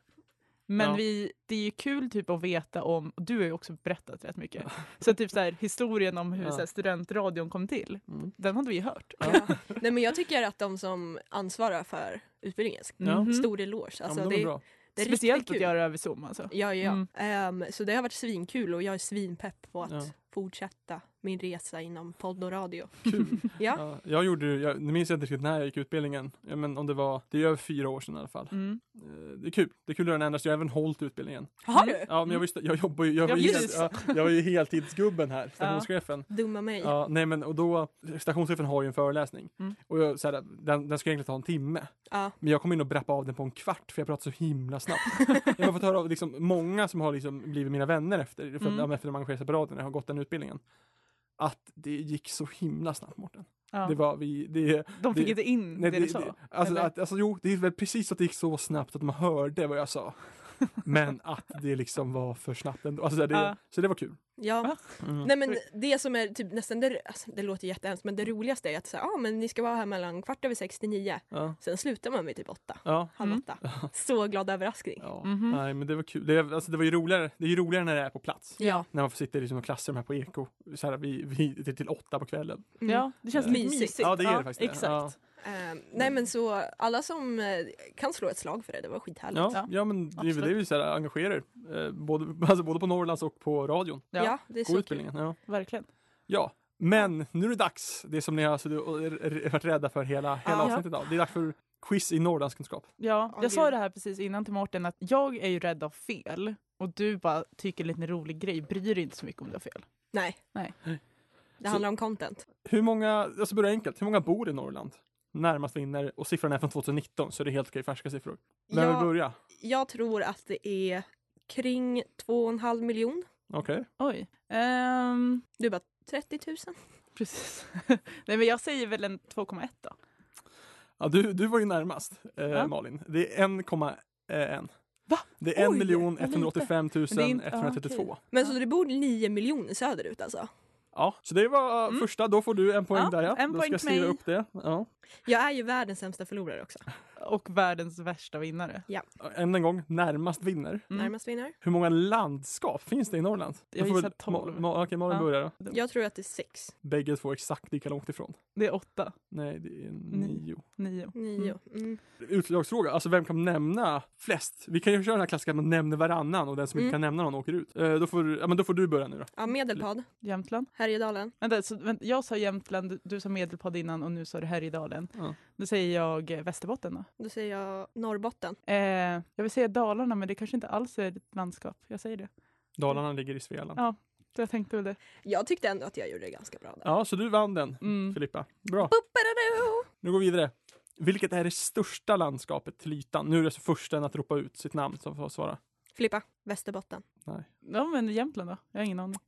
[SPEAKER 5] Men
[SPEAKER 4] Ja.
[SPEAKER 5] vi, det är ju kul typ att veta om, och du har ju också berättat rätt mycket, så typ så här, historien om hur
[SPEAKER 4] Ja.
[SPEAKER 5] så här, studentradion kom till,
[SPEAKER 4] Mm.
[SPEAKER 3] mm.
[SPEAKER 5] den hade vi ju hört.
[SPEAKER 3] Ja. Nej men jag tycker att de som ansvarar för utbildningen,
[SPEAKER 5] Mm.
[SPEAKER 4] Ja.
[SPEAKER 3] stor eloge. Alltså,
[SPEAKER 4] ja, men
[SPEAKER 3] det,
[SPEAKER 4] det
[SPEAKER 3] är-
[SPEAKER 4] var bra.
[SPEAKER 3] det är riktigt
[SPEAKER 5] Speciellt
[SPEAKER 3] kul.
[SPEAKER 5] att göra över Zoom alltså.
[SPEAKER 3] Ja, ja.
[SPEAKER 5] Mm.
[SPEAKER 3] Ehm, så det har varit svinkul och jag är svinpepp på att
[SPEAKER 4] Ja.
[SPEAKER 3] fortsätta min resa inom podd och radio.
[SPEAKER 4] Kul.
[SPEAKER 3] (laughs) Ja,
[SPEAKER 4] Ja, jag gjorde ju- jag, nu minns jag inte riktigt när jag gick utbildningen. Ja, men om det var, det är över fyra år sedan i alla fall.
[SPEAKER 5] Mm.
[SPEAKER 4] Eh, Det är kul. Det är kul att den ändras. Jag har även hållit utbildningen.
[SPEAKER 3] har du?
[SPEAKER 4] Ja, men jag, visste, jag jobbar ju, jag var, ju
[SPEAKER 5] Ja,
[SPEAKER 4] helt,
[SPEAKER 5] precis.
[SPEAKER 4] ja, jag var ju heltidsgubben här, stationschefen.
[SPEAKER 3] Dumma mig.
[SPEAKER 4] Ja, nej men och då, stationschefen har ju en föreläsning.
[SPEAKER 5] Mm.
[SPEAKER 4] Och jag, så här, den, den ska egentligen ta en timme.
[SPEAKER 3] Ja.
[SPEAKER 4] Men jag kom in och brappade av den på en kvart för jag pratade så himla
[SPEAKER 5] (laughs)
[SPEAKER 4] snabbt. jag har fått höra av liksom, många som har liksom, blivit mina vänner efter, för, att-
[SPEAKER 5] Mm.
[SPEAKER 4] ja, men efter de engagerade sig på radion när jag har gått den utbildningen. Att det gick så himla snabbt Mårten.
[SPEAKER 5] Ja.
[SPEAKER 4] Det var vi, det,
[SPEAKER 5] De fick
[SPEAKER 4] det-
[SPEAKER 5] inte in
[SPEAKER 4] nej,
[SPEAKER 5] det,
[SPEAKER 4] det,
[SPEAKER 5] du sa.
[SPEAKER 4] det, alltså,
[SPEAKER 5] eller?
[SPEAKER 4] att, alltså jo, det är väl precis att det gick så snabbt att man hörde vad jag
[SPEAKER 5] (laughs)
[SPEAKER 4] sa. Men att det liksom var för snabbt ändå. Alltså, det,
[SPEAKER 5] Ja.
[SPEAKER 4] Så det var kul. Mm.
[SPEAKER 3] Ja.
[SPEAKER 5] Va?
[SPEAKER 3] Nej men det som är typ nästan, det, alltså, det låter jättehemskt men det roligaste är att säga, ah, men ni ska vara här mellan kvart över sex till nio.
[SPEAKER 4] Ja.
[SPEAKER 3] Sen slutar man vid typ åtta,
[SPEAKER 4] Ja.
[SPEAKER 3] halv
[SPEAKER 5] Mm.
[SPEAKER 3] åtta. Så glad överraskning.
[SPEAKER 4] Ja,
[SPEAKER 5] Mhm.
[SPEAKER 4] nej men det var kul. Det, är- alltså, det var ju roligare, det är ju roligare när det är på plats.
[SPEAKER 3] Ja.
[SPEAKER 4] När man får sitta i liksom, klassrum här på Eko, så här, vi, vi, till, till åtta på kvällen.
[SPEAKER 5] Ja, det känns lite
[SPEAKER 3] Mysigt.
[SPEAKER 5] mysigt.
[SPEAKER 4] Mm. Ja, det är det faktiskt.
[SPEAKER 5] Exakt.
[SPEAKER 3] Mm. Ehm, nej men så alla som eh, kan slå ett slag för det, det var skithärligt.
[SPEAKER 4] Ja, ja.
[SPEAKER 5] Ja,
[SPEAKER 4] men det är väl
[SPEAKER 5] liksom.
[SPEAKER 4] det
[SPEAKER 5] absolut.
[SPEAKER 4] vi så här, engagerar er. eh, både, (laughs) alltså, både på Norrlands och på radion.
[SPEAKER 5] Ja,
[SPEAKER 3] Ja, det är
[SPEAKER 4] Gå
[SPEAKER 3] så kul.
[SPEAKER 4] utbildningen. Ja.
[SPEAKER 5] Verkligen.
[SPEAKER 4] ja, men nu är det dags. Det som ni har alltså, du, och- r- r- varit rädda för hela, hela
[SPEAKER 5] Ja.
[SPEAKER 4] avsnittet av. Det är dags för quiz i Norrlandskunskap.
[SPEAKER 5] Ja,
[SPEAKER 3] Åh,
[SPEAKER 5] jag sa
[SPEAKER 3] gud.
[SPEAKER 5] det här precis innan till Mårten att jag är ju rädd av fel och du bara tycker lite rolig grej, bryr dig inte så mycket om du har fel.
[SPEAKER 3] Nej.
[SPEAKER 5] Nej.
[SPEAKER 3] Det handlar om content.
[SPEAKER 4] Hur många, alltså börja enkelt, hur många bor i Norrland? Närmast vinner och siffran är från 2019 så det är helt okej färska siffror. Vem
[SPEAKER 3] Ja.
[SPEAKER 4] vill börja?
[SPEAKER 3] Jag tror att det är kring 2,5 miljon.
[SPEAKER 4] Okej.
[SPEAKER 5] Oj. Ehm,
[SPEAKER 3] Du bara 30 000?
[SPEAKER 5] precis. (laughs) Nej men jag säger väl en 2,1 då.
[SPEAKER 4] Ja, du, du var ju närmast, eh,
[SPEAKER 5] Ja.
[SPEAKER 4] Malin. Det är 1,1.
[SPEAKER 5] Va?
[SPEAKER 4] Det är
[SPEAKER 5] Oj,
[SPEAKER 4] 1
[SPEAKER 5] vad
[SPEAKER 4] 185
[SPEAKER 5] Men det är inte-
[SPEAKER 4] 132.
[SPEAKER 5] ja,
[SPEAKER 3] Men så det bor 9 miljoner söderut alltså?
[SPEAKER 4] Ja, så det var eh, första. Då får du en poäng
[SPEAKER 5] Mm. Ja,
[SPEAKER 4] där ja.
[SPEAKER 5] en
[SPEAKER 4] Då
[SPEAKER 5] poäng
[SPEAKER 4] ska jag
[SPEAKER 5] till
[SPEAKER 4] skriva
[SPEAKER 5] mig.
[SPEAKER 4] upp det. Ja.
[SPEAKER 3] Jag är ju världens sämsta förlorare också.
[SPEAKER 5] Och världens värsta vinnare.
[SPEAKER 4] Än en gång, närmast vinner.
[SPEAKER 5] Mm.
[SPEAKER 3] Närmast vinnare.
[SPEAKER 4] Hur många landskap finns det i Norrland?
[SPEAKER 5] Jag
[SPEAKER 4] Då får
[SPEAKER 5] gissar
[SPEAKER 4] väl Ma-
[SPEAKER 5] 12.
[SPEAKER 4] Ma- Okej, Malin
[SPEAKER 5] Ja.
[SPEAKER 4] börjar då.
[SPEAKER 3] Jag tror att det är 6,
[SPEAKER 4] Bägge två exakt lika långt ifrån.
[SPEAKER 5] Det är 8,
[SPEAKER 4] Nej, det är nio.
[SPEAKER 5] 9.
[SPEAKER 3] 9. Mm.
[SPEAKER 4] Utslagsfråga, alltså vem kan nämna flest? Vi kan ju köra den här klassiska att man nämner varannan och den som
[SPEAKER 5] Mm.
[SPEAKER 4] inte kan nämna någon åker ut. Eh, då, får, ja, men då får du börja nu då.
[SPEAKER 3] Ja, Medelpad,
[SPEAKER 5] Jämtland.
[SPEAKER 3] Härjedalen.
[SPEAKER 5] Vänta, så, vänta, jag sa Jämtland, du- du sa Medelpad innan och nu sa du Härjedalen.
[SPEAKER 4] Ja.
[SPEAKER 5] Då säger jag eh, Västerbotten då.
[SPEAKER 3] Då säger jag Norrbotten.
[SPEAKER 5] Eh, jag vill säga Dalarna men det kanske inte alls är ett landskap. Jag säger det.
[SPEAKER 4] Dalarna ligger i Svealand.
[SPEAKER 5] Ja, så jag tänkte väl det.
[SPEAKER 3] Jag tyckte ändå att jag gjorde det ganska bra där.
[SPEAKER 4] Ja, så du vann den,
[SPEAKER 5] Mm.
[SPEAKER 4] Filippa. Bra.
[SPEAKER 3] Boop-a-da-doo!
[SPEAKER 4] Nu går vi vidare. Vilket är det största landskapet till ytan? Nu är det alltså försten att ropa ut sitt namn som får svara.
[SPEAKER 3] Filippa, Västerbotten.
[SPEAKER 5] Ja men Jämtland då? Jag har ingen aning.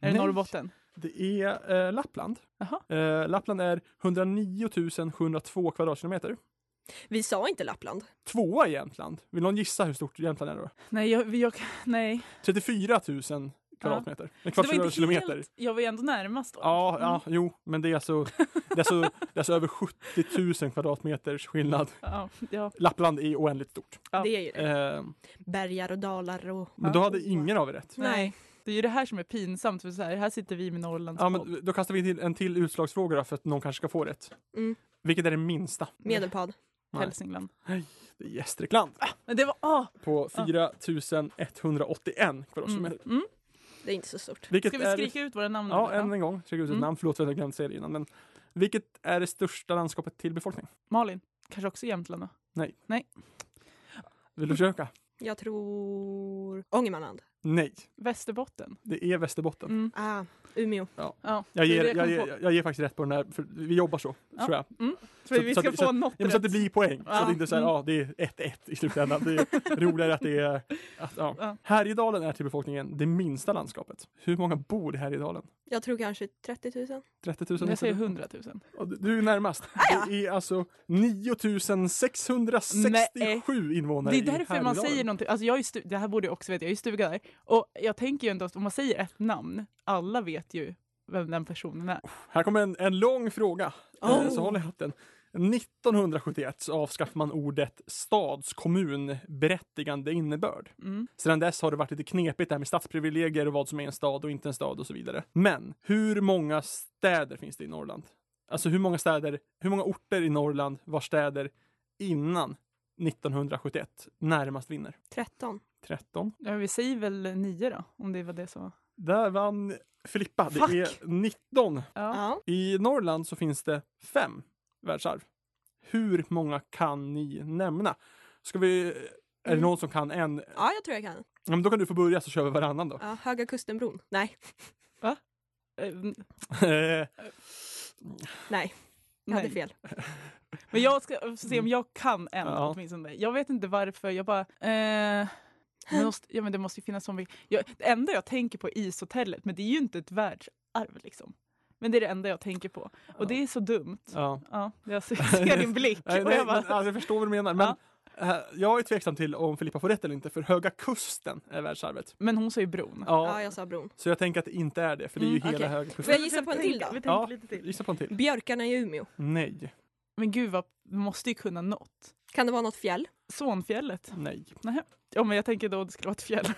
[SPEAKER 5] Är det
[SPEAKER 4] Nej.
[SPEAKER 5] Norrbotten?
[SPEAKER 4] Det är eh, Lappland.
[SPEAKER 5] Jaha.
[SPEAKER 4] Eh, Lappland är 109 702 kvadratkilometer.
[SPEAKER 3] Vi sa inte Lappland.
[SPEAKER 4] Tvåa i Jämtland. Vill någon gissa hur stort Jämtland är då?
[SPEAKER 5] Nej, jag, jag, nej.
[SPEAKER 4] 34 000 kvadratmeter. En kvarts kilometer.
[SPEAKER 5] helt, jag var ju ändå närmast då. Mm,
[SPEAKER 4] Ja, ja, jo, men det är alltså, det är alltså, det är alltså över 70 000 kvadratmeters skillnad.
[SPEAKER 5] Ja, ja,
[SPEAKER 4] Lappland är oändligt stort.
[SPEAKER 5] Ja.
[SPEAKER 3] Det är ju det.
[SPEAKER 4] Eh,
[SPEAKER 3] Bergar och dalar och...
[SPEAKER 4] men då hade ingen av er rätt.
[SPEAKER 5] nej. Det är ju det här som är pinsamt för så här, här sitter vi med Norrlands
[SPEAKER 4] Ja, men då kastar vi till en till utslagsfråga då, för att någon kanske ska få rätt.
[SPEAKER 3] Mm.
[SPEAKER 4] Vilket är det minsta?
[SPEAKER 3] Medelpad.
[SPEAKER 4] nej.
[SPEAKER 5] Hälsingland.
[SPEAKER 4] Det är Gästrikland
[SPEAKER 5] Men det var, ah,
[SPEAKER 4] på 4 181 kvadratkilometer.
[SPEAKER 5] mm, mm.
[SPEAKER 3] Det är inte så stort.
[SPEAKER 4] Vilket
[SPEAKER 5] Ska vi
[SPEAKER 4] är-
[SPEAKER 5] skrika ut våra namn?
[SPEAKER 4] Ja,
[SPEAKER 5] nu?
[SPEAKER 4] än en gång. Skrika ut ett
[SPEAKER 5] Mm.
[SPEAKER 4] namn. Förlåt för att jag glömt säga det innan. Men vilket är det största landskapet till befolkning?
[SPEAKER 5] Malin, kanske också Jämtland då? Mm.
[SPEAKER 4] Vill du försöka?
[SPEAKER 3] Jag tror... Ångermanland.
[SPEAKER 4] Nej,
[SPEAKER 5] Västerbotten?
[SPEAKER 4] det är Västerbotten.
[SPEAKER 5] Mm.
[SPEAKER 3] Ah, Umeå.
[SPEAKER 5] Ja,
[SPEAKER 4] Jag
[SPEAKER 5] det är
[SPEAKER 4] ger,
[SPEAKER 5] det
[SPEAKER 4] jag,
[SPEAKER 5] kom
[SPEAKER 4] ger,
[SPEAKER 5] på.
[SPEAKER 4] jag ger faktiskt rätt på den här, för vi jobbar så,
[SPEAKER 5] Ja.
[SPEAKER 4] tror jag.
[SPEAKER 5] För
[SPEAKER 4] så-
[SPEAKER 5] vi
[SPEAKER 4] så
[SPEAKER 5] ska
[SPEAKER 4] att-
[SPEAKER 5] få något
[SPEAKER 4] Ja, men så att det
[SPEAKER 5] rätt.
[SPEAKER 4] blir poäng. Så
[SPEAKER 5] Ja.
[SPEAKER 4] att det inte är så här,
[SPEAKER 5] Mm.
[SPEAKER 4] ja, det är 1-1 i slutändan. Det är roligare att det är... Att, ja.
[SPEAKER 5] (laughs) Ja.
[SPEAKER 4] Härjedalen är till befolkningen det minsta landskapet. Hur många bor i Härjedalen?
[SPEAKER 3] Jag tror kanske 30 000.
[SPEAKER 4] 30 000?
[SPEAKER 5] Jag säger Ah, 100 000.
[SPEAKER 4] Ja, du- Du är närmast. Det är alltså 9 667 invånare
[SPEAKER 5] eh, Det är
[SPEAKER 4] i
[SPEAKER 5] därför man
[SPEAKER 4] Härjedalen.
[SPEAKER 5] säger någonting. Alltså jag är stu- det här borde jag också veta, jag är ju stuga där. Och jag tänker ju ändå att om man säger ett namn, alla vet ju vem den personen är.
[SPEAKER 4] Här kommer en, en lång fråga.
[SPEAKER 3] Oh.
[SPEAKER 4] Eh, Så håll i hatten. 1971 så avskaffade man ordet stadskommun berättigande innebörd.
[SPEAKER 5] Mm.
[SPEAKER 4] Sedan dess har det varit lite knepigt det här med stadsprivilegier och vad som är en stad och inte en stad och så vidare. Men hur många städer finns det i Norrland? Alltså hur många städer, hur många orter i Norrland var städer innan 1971 närmast vinner?
[SPEAKER 3] 13.
[SPEAKER 4] 13.
[SPEAKER 5] Ja, vi säger väl nio då, om det var det som var.
[SPEAKER 4] Där vann Filippa. Det
[SPEAKER 5] Fuck.
[SPEAKER 4] är 19
[SPEAKER 5] Ja.
[SPEAKER 3] Ja.
[SPEAKER 4] I Norrland så finns det fem världsarv. Hur många kan ni nämna? Ska vi... Är det
[SPEAKER 3] Mm.
[SPEAKER 4] någon som kan en?
[SPEAKER 3] ja, jag tror jag kan.
[SPEAKER 4] Ja, men då kan du få börja så kör vi
[SPEAKER 3] (laughs)
[SPEAKER 4] varannan då.
[SPEAKER 3] Ja, Höga Kustenbron. Nej,
[SPEAKER 5] Eh, n-
[SPEAKER 4] Eh,
[SPEAKER 3] nej. Jag
[SPEAKER 5] nej.
[SPEAKER 3] hade fel.
[SPEAKER 5] Men jag ska se om jag kan en
[SPEAKER 4] Ja.
[SPEAKER 5] åtminstone. Jag vet inte varför, jag bara... Eh, det måste, ja, men det måste ju finnas som... vi- Jag, det enda jag tänker på är ishotellet, men det är ju inte ett världsarv liksom. Men det är det enda jag tänker på. Och det är så dumt.
[SPEAKER 4] ja.
[SPEAKER 5] Ja,
[SPEAKER 4] (laughs)
[SPEAKER 5] jag ser- ser din blick.
[SPEAKER 4] Nej,
[SPEAKER 5] och
[SPEAKER 4] nej,
[SPEAKER 5] jag
[SPEAKER 4] men,
[SPEAKER 5] bara,
[SPEAKER 4] alltså, jag förstår vad du menar. Men eh, jag är tveksam till om Filippa får rätt eller inte, för Höga Kusten är världsarvet.
[SPEAKER 5] men hon sa ju bron.
[SPEAKER 4] Ja,
[SPEAKER 3] Ja, jag sa bron.
[SPEAKER 4] Så jag tänker att det inte är det, för det är ju
[SPEAKER 3] Mm,
[SPEAKER 4] hela
[SPEAKER 3] okej.
[SPEAKER 4] Höga
[SPEAKER 3] Får
[SPEAKER 4] Kusten.
[SPEAKER 3] jag gissa på en till då?
[SPEAKER 5] Vi tänker
[SPEAKER 4] Ja.
[SPEAKER 5] lite till.
[SPEAKER 4] Gissa på en till.
[SPEAKER 3] Björkarna i Umeå.
[SPEAKER 4] Nej.
[SPEAKER 5] Men gud, vad, vi måste ju kunna något.
[SPEAKER 3] Kan det vara något fjäll?
[SPEAKER 5] Sonfjället.
[SPEAKER 4] Nej.
[SPEAKER 5] Ja, men jag tänker då det skulle vara ett fjäll. (laughs)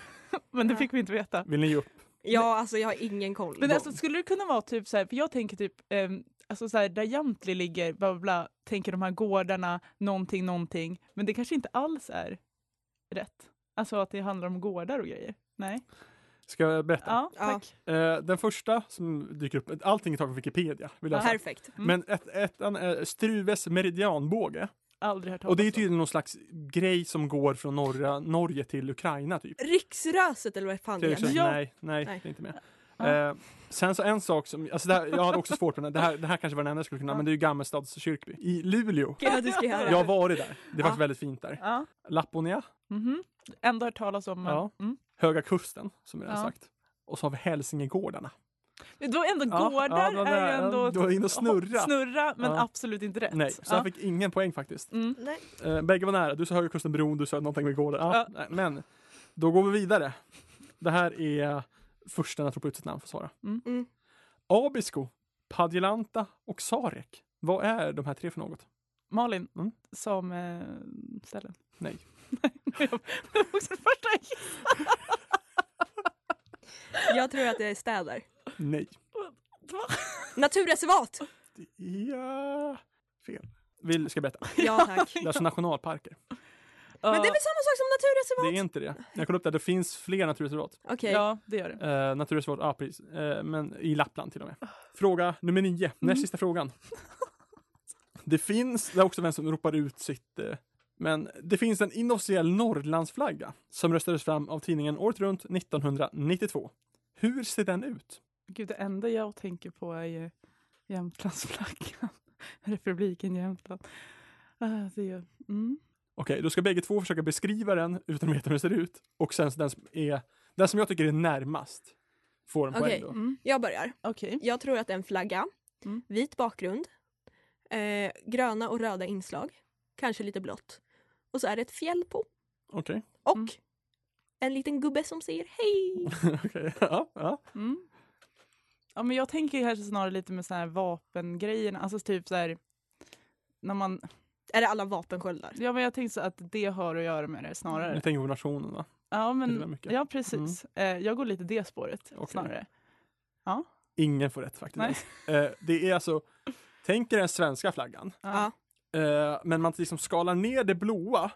[SPEAKER 5] men det
[SPEAKER 3] Ja.
[SPEAKER 5] fick vi inte veta.
[SPEAKER 4] Vill ni ge upp?
[SPEAKER 3] Ja, alltså jag har ingen koll.
[SPEAKER 5] Men alltså skulle det kunna vara typ så här, för jag tänker typ, ehm, alltså så här, där Jamtli ligger, bla bla bla, tänker de här gårdarna, någonting, någonting. Men det kanske inte alls är rätt. Alltså att det handlar om gårdar och grejer. Nej.
[SPEAKER 4] Ska jag berätta?
[SPEAKER 5] Ja,
[SPEAKER 3] Ja.
[SPEAKER 5] tack.
[SPEAKER 4] Eh, den första som dyker upp, allting är taget från Wikipedia, vill jag säga.
[SPEAKER 3] Perfekt.
[SPEAKER 4] Men ett, ettan är Struves meridianbåge.
[SPEAKER 5] Aldrig hört talas
[SPEAKER 4] Och det är
[SPEAKER 5] om.
[SPEAKER 4] tydligen någon slags grej som går från norra Norge till Ukraina typ.
[SPEAKER 3] Riksröset eller vad fan
[SPEAKER 4] Så
[SPEAKER 3] det
[SPEAKER 4] jag känner,
[SPEAKER 3] är.
[SPEAKER 5] Ja.
[SPEAKER 4] Nej, nej,
[SPEAKER 3] Nej.
[SPEAKER 4] det är inte med.
[SPEAKER 5] Ja.
[SPEAKER 4] Eh, sen så en sak som, alltså det här, jag hade också svårt med den, det här, det här kanske var den enda jag skulle kunna,
[SPEAKER 5] Ja.
[SPEAKER 4] men det är ju Gammelstads kyrkby. I Luleå.
[SPEAKER 3] Gud vad du ska göra.
[SPEAKER 4] Jag har varit där. Det var
[SPEAKER 3] Ja.
[SPEAKER 4] väldigt fint där.
[SPEAKER 5] Ja.
[SPEAKER 4] Lapponia,
[SPEAKER 5] Mhm. Ändå hört talas om. Men,
[SPEAKER 4] Ja.
[SPEAKER 5] mm.
[SPEAKER 4] Höga Kusten, som jag redan
[SPEAKER 5] Ja.
[SPEAKER 4] sagt. Och så har vi Hälsingegårdarna.
[SPEAKER 5] Men då ändå
[SPEAKER 4] Ja, ja,
[SPEAKER 5] gårdar
[SPEAKER 4] det var
[SPEAKER 5] är
[SPEAKER 4] där.
[SPEAKER 5] ju ändå...
[SPEAKER 4] Du var inne och snurra.
[SPEAKER 5] Snurra, men
[SPEAKER 4] Ja.
[SPEAKER 5] absolut inte rätt.
[SPEAKER 4] Nej, så
[SPEAKER 5] ja.
[SPEAKER 4] jag fick ingen poäng faktiskt.
[SPEAKER 5] mm.
[SPEAKER 3] Nej.
[SPEAKER 4] Eh, bägge var nära. Du sa Höga Kusten bron, du sa någonting med gården. Ja,
[SPEAKER 5] Ja.
[SPEAKER 4] nej, Men då går vi vidare. Det här är första jag tror på ut sitt namn för att svara.
[SPEAKER 5] Mm.
[SPEAKER 3] Mm.
[SPEAKER 4] Abisko, Padjelanta och Sarek. Vad är de här tre för något?
[SPEAKER 5] Malin,
[SPEAKER 4] Mm.
[SPEAKER 5] som eh, ställen. (laughs)
[SPEAKER 4] Nej.
[SPEAKER 5] det var också det första jag gick.
[SPEAKER 3] Jag tror att det är städer.
[SPEAKER 4] Nej.
[SPEAKER 3] Naturreservat!
[SPEAKER 4] Det är fel. Vill ska jag berätta.
[SPEAKER 3] (laughs) Ja
[SPEAKER 5] (laughs)
[SPEAKER 3] tack.
[SPEAKER 4] Det är alltså nationalparker.
[SPEAKER 3] Men det är väl samma sak som
[SPEAKER 4] Det
[SPEAKER 3] naturreservat?
[SPEAKER 4] är inte det. Jag kollade upp det. Det finns fler naturreservat.
[SPEAKER 3] Okej.
[SPEAKER 5] Ja, det gör det.
[SPEAKER 4] Eh, naturreservat, ja precis. Eh, men i Lappland till och med. Fråga nummer nio, näst sista frågan. Det finns, det är också vem som ropar ut sitt, eh, men det finns en inofficiell Norrlandsflagga som röstades fram av tidningen året runt 1992. Hur ser den ut?
[SPEAKER 5] Gud, det enda jag (laughs) tänker på är ju Jämtlandsflaggan. Republiken Jämtland. Ah, det är, mm.
[SPEAKER 4] Okej, då ska bägge två försöka beskriva den utan att veta hur den ser ut. Och sen så den som, är, den som jag tycker är närmast får en
[SPEAKER 3] Okej.
[SPEAKER 4] poäng då.
[SPEAKER 5] Mm.
[SPEAKER 3] Jag börjar.
[SPEAKER 5] Okej.
[SPEAKER 3] Jag tror att det är en flagga.
[SPEAKER 5] Mm.
[SPEAKER 3] Vit bakgrund. Eh, gröna och röda inslag. Kanske lite blått. Och så är det ett fjäll på.
[SPEAKER 4] Okej. (laughs)
[SPEAKER 3] Och
[SPEAKER 5] Mm.
[SPEAKER 3] en liten gubbe som säger hej.
[SPEAKER 4] Okej, ja, ja.
[SPEAKER 5] Mm. Ja, men jag tänker kanske snarare lite med såna här vapengrejerna. Alltså typ så här, när man,
[SPEAKER 3] Är det alla vapensköldar?
[SPEAKER 5] ja, men jag tänker så att det har att göra med det snarare.
[SPEAKER 4] Jag tänker på nationen va?
[SPEAKER 5] Ja,
[SPEAKER 4] Mm. Det är väl
[SPEAKER 5] men,
[SPEAKER 4] mycket. Mm.
[SPEAKER 5] ja precis. Eh, jag går lite det spåret
[SPEAKER 4] Okej.
[SPEAKER 5] snarare.
[SPEAKER 4] Ingen får rätt faktiskt.
[SPEAKER 5] Nej.
[SPEAKER 4] Eh, det är alltså, tänk er den svenska flaggan.
[SPEAKER 3] Ja.
[SPEAKER 4] Eh, men man liksom skalar ner det blåa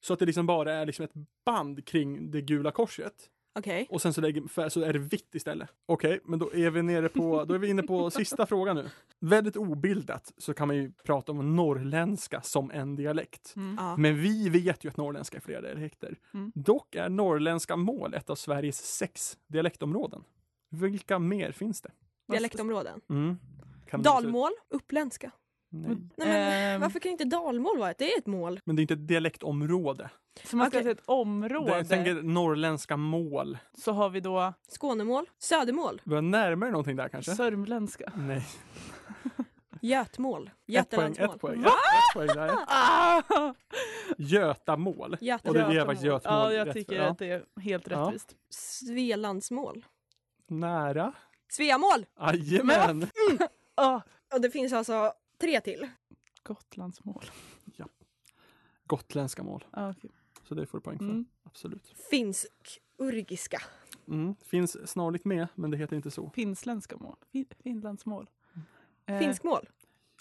[SPEAKER 4] så att det liksom bara är liksom ett band kring det gula korset.
[SPEAKER 3] Okej.
[SPEAKER 4] Och sen så, lägger, för- så är det vitt istället. Okej, men då är vi nere på, då är vi
[SPEAKER 3] (laughs)
[SPEAKER 4] inne på sista frågan nu. Väldigt obildat så kan man ju prata om norrländska som en dialekt.
[SPEAKER 5] Mm.
[SPEAKER 3] Ja.
[SPEAKER 4] Men vi vet ju att norrländska är flera dialekter.
[SPEAKER 5] Mm.
[SPEAKER 4] Dock är norrländska mål ett av Sveriges sex dialektområden. Vilka mer finns det?
[SPEAKER 3] Dialektområden.
[SPEAKER 4] Mm. Kan du-
[SPEAKER 3] Dalmål. Uppländska.
[SPEAKER 4] Nej.
[SPEAKER 3] Nej, men,
[SPEAKER 5] Ehm.
[SPEAKER 3] Varför kan inte dalmål vara ett? Det är ett mål.
[SPEAKER 4] Men det är inte ett dialektområde.
[SPEAKER 5] Så man ska
[SPEAKER 3] Okej.
[SPEAKER 5] säga ett
[SPEAKER 4] Det,
[SPEAKER 5] område.
[SPEAKER 4] jag tänker norrländska mål.
[SPEAKER 5] Så har vi då
[SPEAKER 3] Skånemål. Södermål.
[SPEAKER 4] Vi var närmare någonting där kanske?
[SPEAKER 5] sörmländska.
[SPEAKER 4] Nej.
[SPEAKER 3] Götmål.
[SPEAKER 4] Ett poäng,
[SPEAKER 3] Götalandsmål.
[SPEAKER 4] ett poäng. Ett, ett poäng där.
[SPEAKER 3] Ah!
[SPEAKER 5] (laughs)
[SPEAKER 4] Götamål.
[SPEAKER 3] Göta-
[SPEAKER 4] Och det blev faktiskt
[SPEAKER 5] Götamål.
[SPEAKER 4] Götamål.
[SPEAKER 5] Ja, jag
[SPEAKER 4] rätt
[SPEAKER 5] tycker
[SPEAKER 4] för. Ja.
[SPEAKER 5] att det är helt
[SPEAKER 4] Ja.
[SPEAKER 5] rättvist.
[SPEAKER 3] Svealandsmål.
[SPEAKER 4] Nära.
[SPEAKER 3] Sveamål!
[SPEAKER 4] Jajamän!
[SPEAKER 5] Ah,
[SPEAKER 3] Och det finns alltså tre till.
[SPEAKER 5] Gotlandsmål.
[SPEAKER 4] Gotländska mål.
[SPEAKER 5] Ah, okej.
[SPEAKER 4] Så det får du poäng för.
[SPEAKER 5] mm.
[SPEAKER 4] Absolut.
[SPEAKER 3] Finsk-urgiska.
[SPEAKER 4] Mm. Finns snarligt med, men det heter inte så.
[SPEAKER 5] Finländska mål. Fin- Finlandsmål. Eh,
[SPEAKER 3] Finskmål.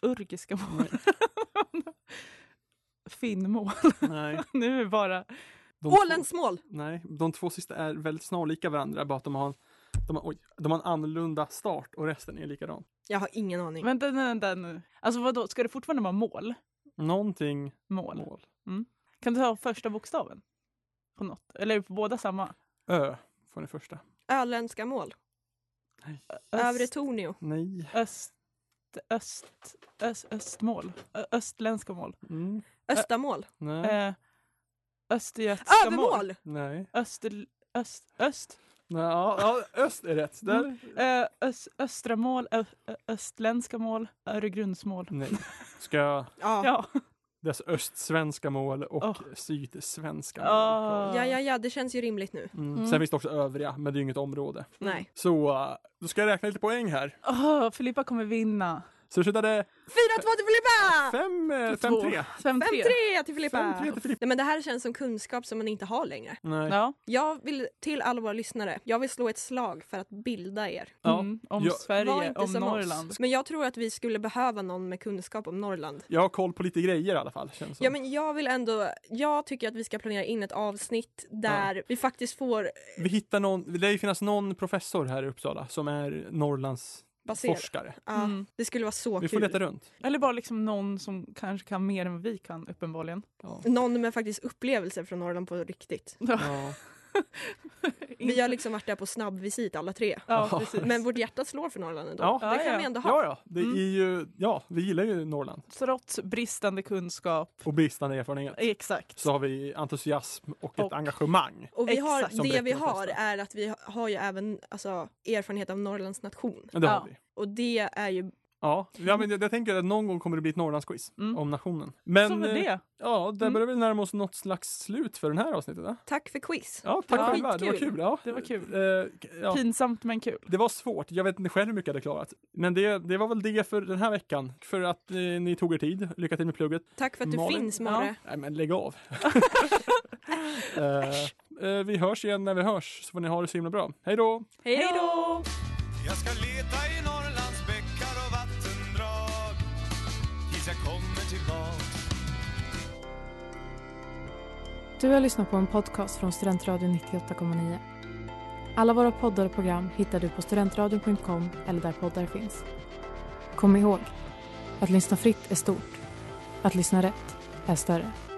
[SPEAKER 5] Urgiska mål.
[SPEAKER 3] Mm.
[SPEAKER 5] (laughs) Finnmål.
[SPEAKER 4] Nej.
[SPEAKER 5] Nu är det bara...
[SPEAKER 4] De två-
[SPEAKER 3] Åländsmål.
[SPEAKER 4] Nej, de två sista är väldigt snarlika varandra, bara att de har en, de har, oj, de har en annorlunda start och resten är likadan.
[SPEAKER 3] Jag har ingen aning.
[SPEAKER 5] Vänta, vänta, vänta nu. Alltså vadå, ska det fortfarande vara mål?
[SPEAKER 4] Någonting
[SPEAKER 5] Mål.
[SPEAKER 4] mål.
[SPEAKER 5] Kan du ta första bokstaven? På något? Eller är det på båda samma?
[SPEAKER 4] Ö får ni första.
[SPEAKER 3] Öländska mål. Övre Tornio.
[SPEAKER 4] Nej.
[SPEAKER 5] öst, öst, öst, östmål. Ö- Östländska mål.
[SPEAKER 4] Mm.
[SPEAKER 3] Östamål.
[SPEAKER 4] Nej.
[SPEAKER 5] Eh, Östergötska mål.
[SPEAKER 3] Övermål!
[SPEAKER 4] Nej.
[SPEAKER 5] Öster, öst, öst,
[SPEAKER 4] Nej, Ja, ja, öst är rätt. Där.
[SPEAKER 5] eh, öst, östra mål, ö, ö, östländska mål, Öregrundsmål.
[SPEAKER 4] Nej. Ska jag...
[SPEAKER 3] Ja.
[SPEAKER 5] Ja,
[SPEAKER 4] Dess östsvenska mål och
[SPEAKER 5] Oh.
[SPEAKER 4] sydsvenska mål.
[SPEAKER 5] Ah.
[SPEAKER 3] ja, ja, ja, det känns ju rimligt nu.
[SPEAKER 4] Mm.
[SPEAKER 5] Mm.
[SPEAKER 4] Sen finns det också övriga, men det är ju inget område.
[SPEAKER 3] Nej.
[SPEAKER 4] Så eh, då ska jag räkna lite poäng här.
[SPEAKER 5] Åh, Filippa kommer vinna.
[SPEAKER 4] Så det slutade
[SPEAKER 3] 4-2 till Filippa!
[SPEAKER 4] eh, 5-3.
[SPEAKER 5] 5-3.
[SPEAKER 3] 5-3 till Filippa!
[SPEAKER 4] 5-3 till Filippa.
[SPEAKER 3] Nej, men det här känns som kunskap som man inte har längre.
[SPEAKER 4] Nej.
[SPEAKER 5] Ja,
[SPEAKER 3] Jag vill till alla våra lyssnare, jag vill slå ett slag för att bilda er.
[SPEAKER 4] Ja.
[SPEAKER 5] Mm, om
[SPEAKER 4] Jag-
[SPEAKER 3] Var
[SPEAKER 5] Sverige,
[SPEAKER 3] inte
[SPEAKER 5] om
[SPEAKER 3] som
[SPEAKER 5] Norrland.
[SPEAKER 3] oss. Men jag tror att vi skulle behöva någon med kunskap om Norrland.
[SPEAKER 4] Jag har koll på lite grejer i alla fall. Känns som.
[SPEAKER 3] Ja, men jag vill ändå, jag tycker att vi ska planera in ett avsnitt där vi faktiskt får
[SPEAKER 4] Vi hittar någon, det lär ju finnas någon professor här i Uppsala som är Norrlands
[SPEAKER 3] basera.
[SPEAKER 4] forskare.
[SPEAKER 3] Ja,
[SPEAKER 5] Mm.
[SPEAKER 3] Det skulle vara så
[SPEAKER 4] Vi får
[SPEAKER 3] kul.
[SPEAKER 4] leta runt.
[SPEAKER 5] Eller bara liksom någon som kanske kan mer än vad vi kan uppenbarligen.
[SPEAKER 3] Någon med faktiskt upplevelser från Norrland på riktigt.
[SPEAKER 5] (laughs)
[SPEAKER 4] Ja.
[SPEAKER 3] Vi har liksom varit där på snabbvisit alla tre.
[SPEAKER 5] Ja, precis.
[SPEAKER 3] Men vårt hjärta slår för Norrland ändå.
[SPEAKER 4] Ja.
[SPEAKER 3] Det
[SPEAKER 5] Ja,
[SPEAKER 3] kan
[SPEAKER 5] ja.
[SPEAKER 3] vi ändå ha.
[SPEAKER 4] ja, ja, det är ju, ja, vi gillar ju Norrland
[SPEAKER 5] Trots bristande kunskap.
[SPEAKER 4] och bristande erfarenhet.
[SPEAKER 5] Exakt.
[SPEAKER 4] Så har vi entusiasm och ett
[SPEAKER 5] Och-
[SPEAKER 4] engagemang.
[SPEAKER 3] Och vi har,
[SPEAKER 5] Exakt.
[SPEAKER 4] Som
[SPEAKER 3] det vi
[SPEAKER 4] räcker de
[SPEAKER 3] har
[SPEAKER 4] flesta.
[SPEAKER 3] är att vi har ju även alltså, erfarenhet av Norrlands nation.
[SPEAKER 4] Men det
[SPEAKER 5] Ja.
[SPEAKER 4] har vi.
[SPEAKER 3] Och det är ju...
[SPEAKER 4] Ja, ja men jag, jag tänker att någon gång kommer det bli ett Norrlandsquiz
[SPEAKER 5] Mm.
[SPEAKER 4] om nationen. Men
[SPEAKER 5] så var
[SPEAKER 4] eh,
[SPEAKER 5] det.
[SPEAKER 4] ja, där
[SPEAKER 5] Mm.
[SPEAKER 4] börjar vi närma oss något slags slut för den här avsnittet. va?
[SPEAKER 3] Tack för quiz!
[SPEAKER 4] Ja, tack
[SPEAKER 5] var
[SPEAKER 4] själva. Det var
[SPEAKER 3] skitkul.
[SPEAKER 4] kul. Ja.
[SPEAKER 5] Det var kul.
[SPEAKER 4] Eh, ja.
[SPEAKER 5] Pinsamt men kul.
[SPEAKER 4] Det var svårt. Jag vet inte själv hur mycket jag hade klarat. Men det, det var väl det för den här veckan. För att eh, ni tog er tid. Lycka till med plugget.
[SPEAKER 3] Tack för att du
[SPEAKER 4] Malin?
[SPEAKER 3] finns Morre.
[SPEAKER 4] Nej men lägg
[SPEAKER 5] (laughs)
[SPEAKER 4] av. eh, eh, vi hörs igen när vi hörs. Så får ni ha det så himla bra. Hej då!
[SPEAKER 3] Hej då!
[SPEAKER 2] Jag ska leta i Norrlands bäckar och vattendrag Tills jag kommer tillbaks
[SPEAKER 1] Du har lyssnat på en podcast från Studentradion 98,9. Alla våra poddar och program hittar du på studentradion.com eller där poddar finns. Kom ihåg, att lyssna fritt är stort. Att lyssna rätt är större.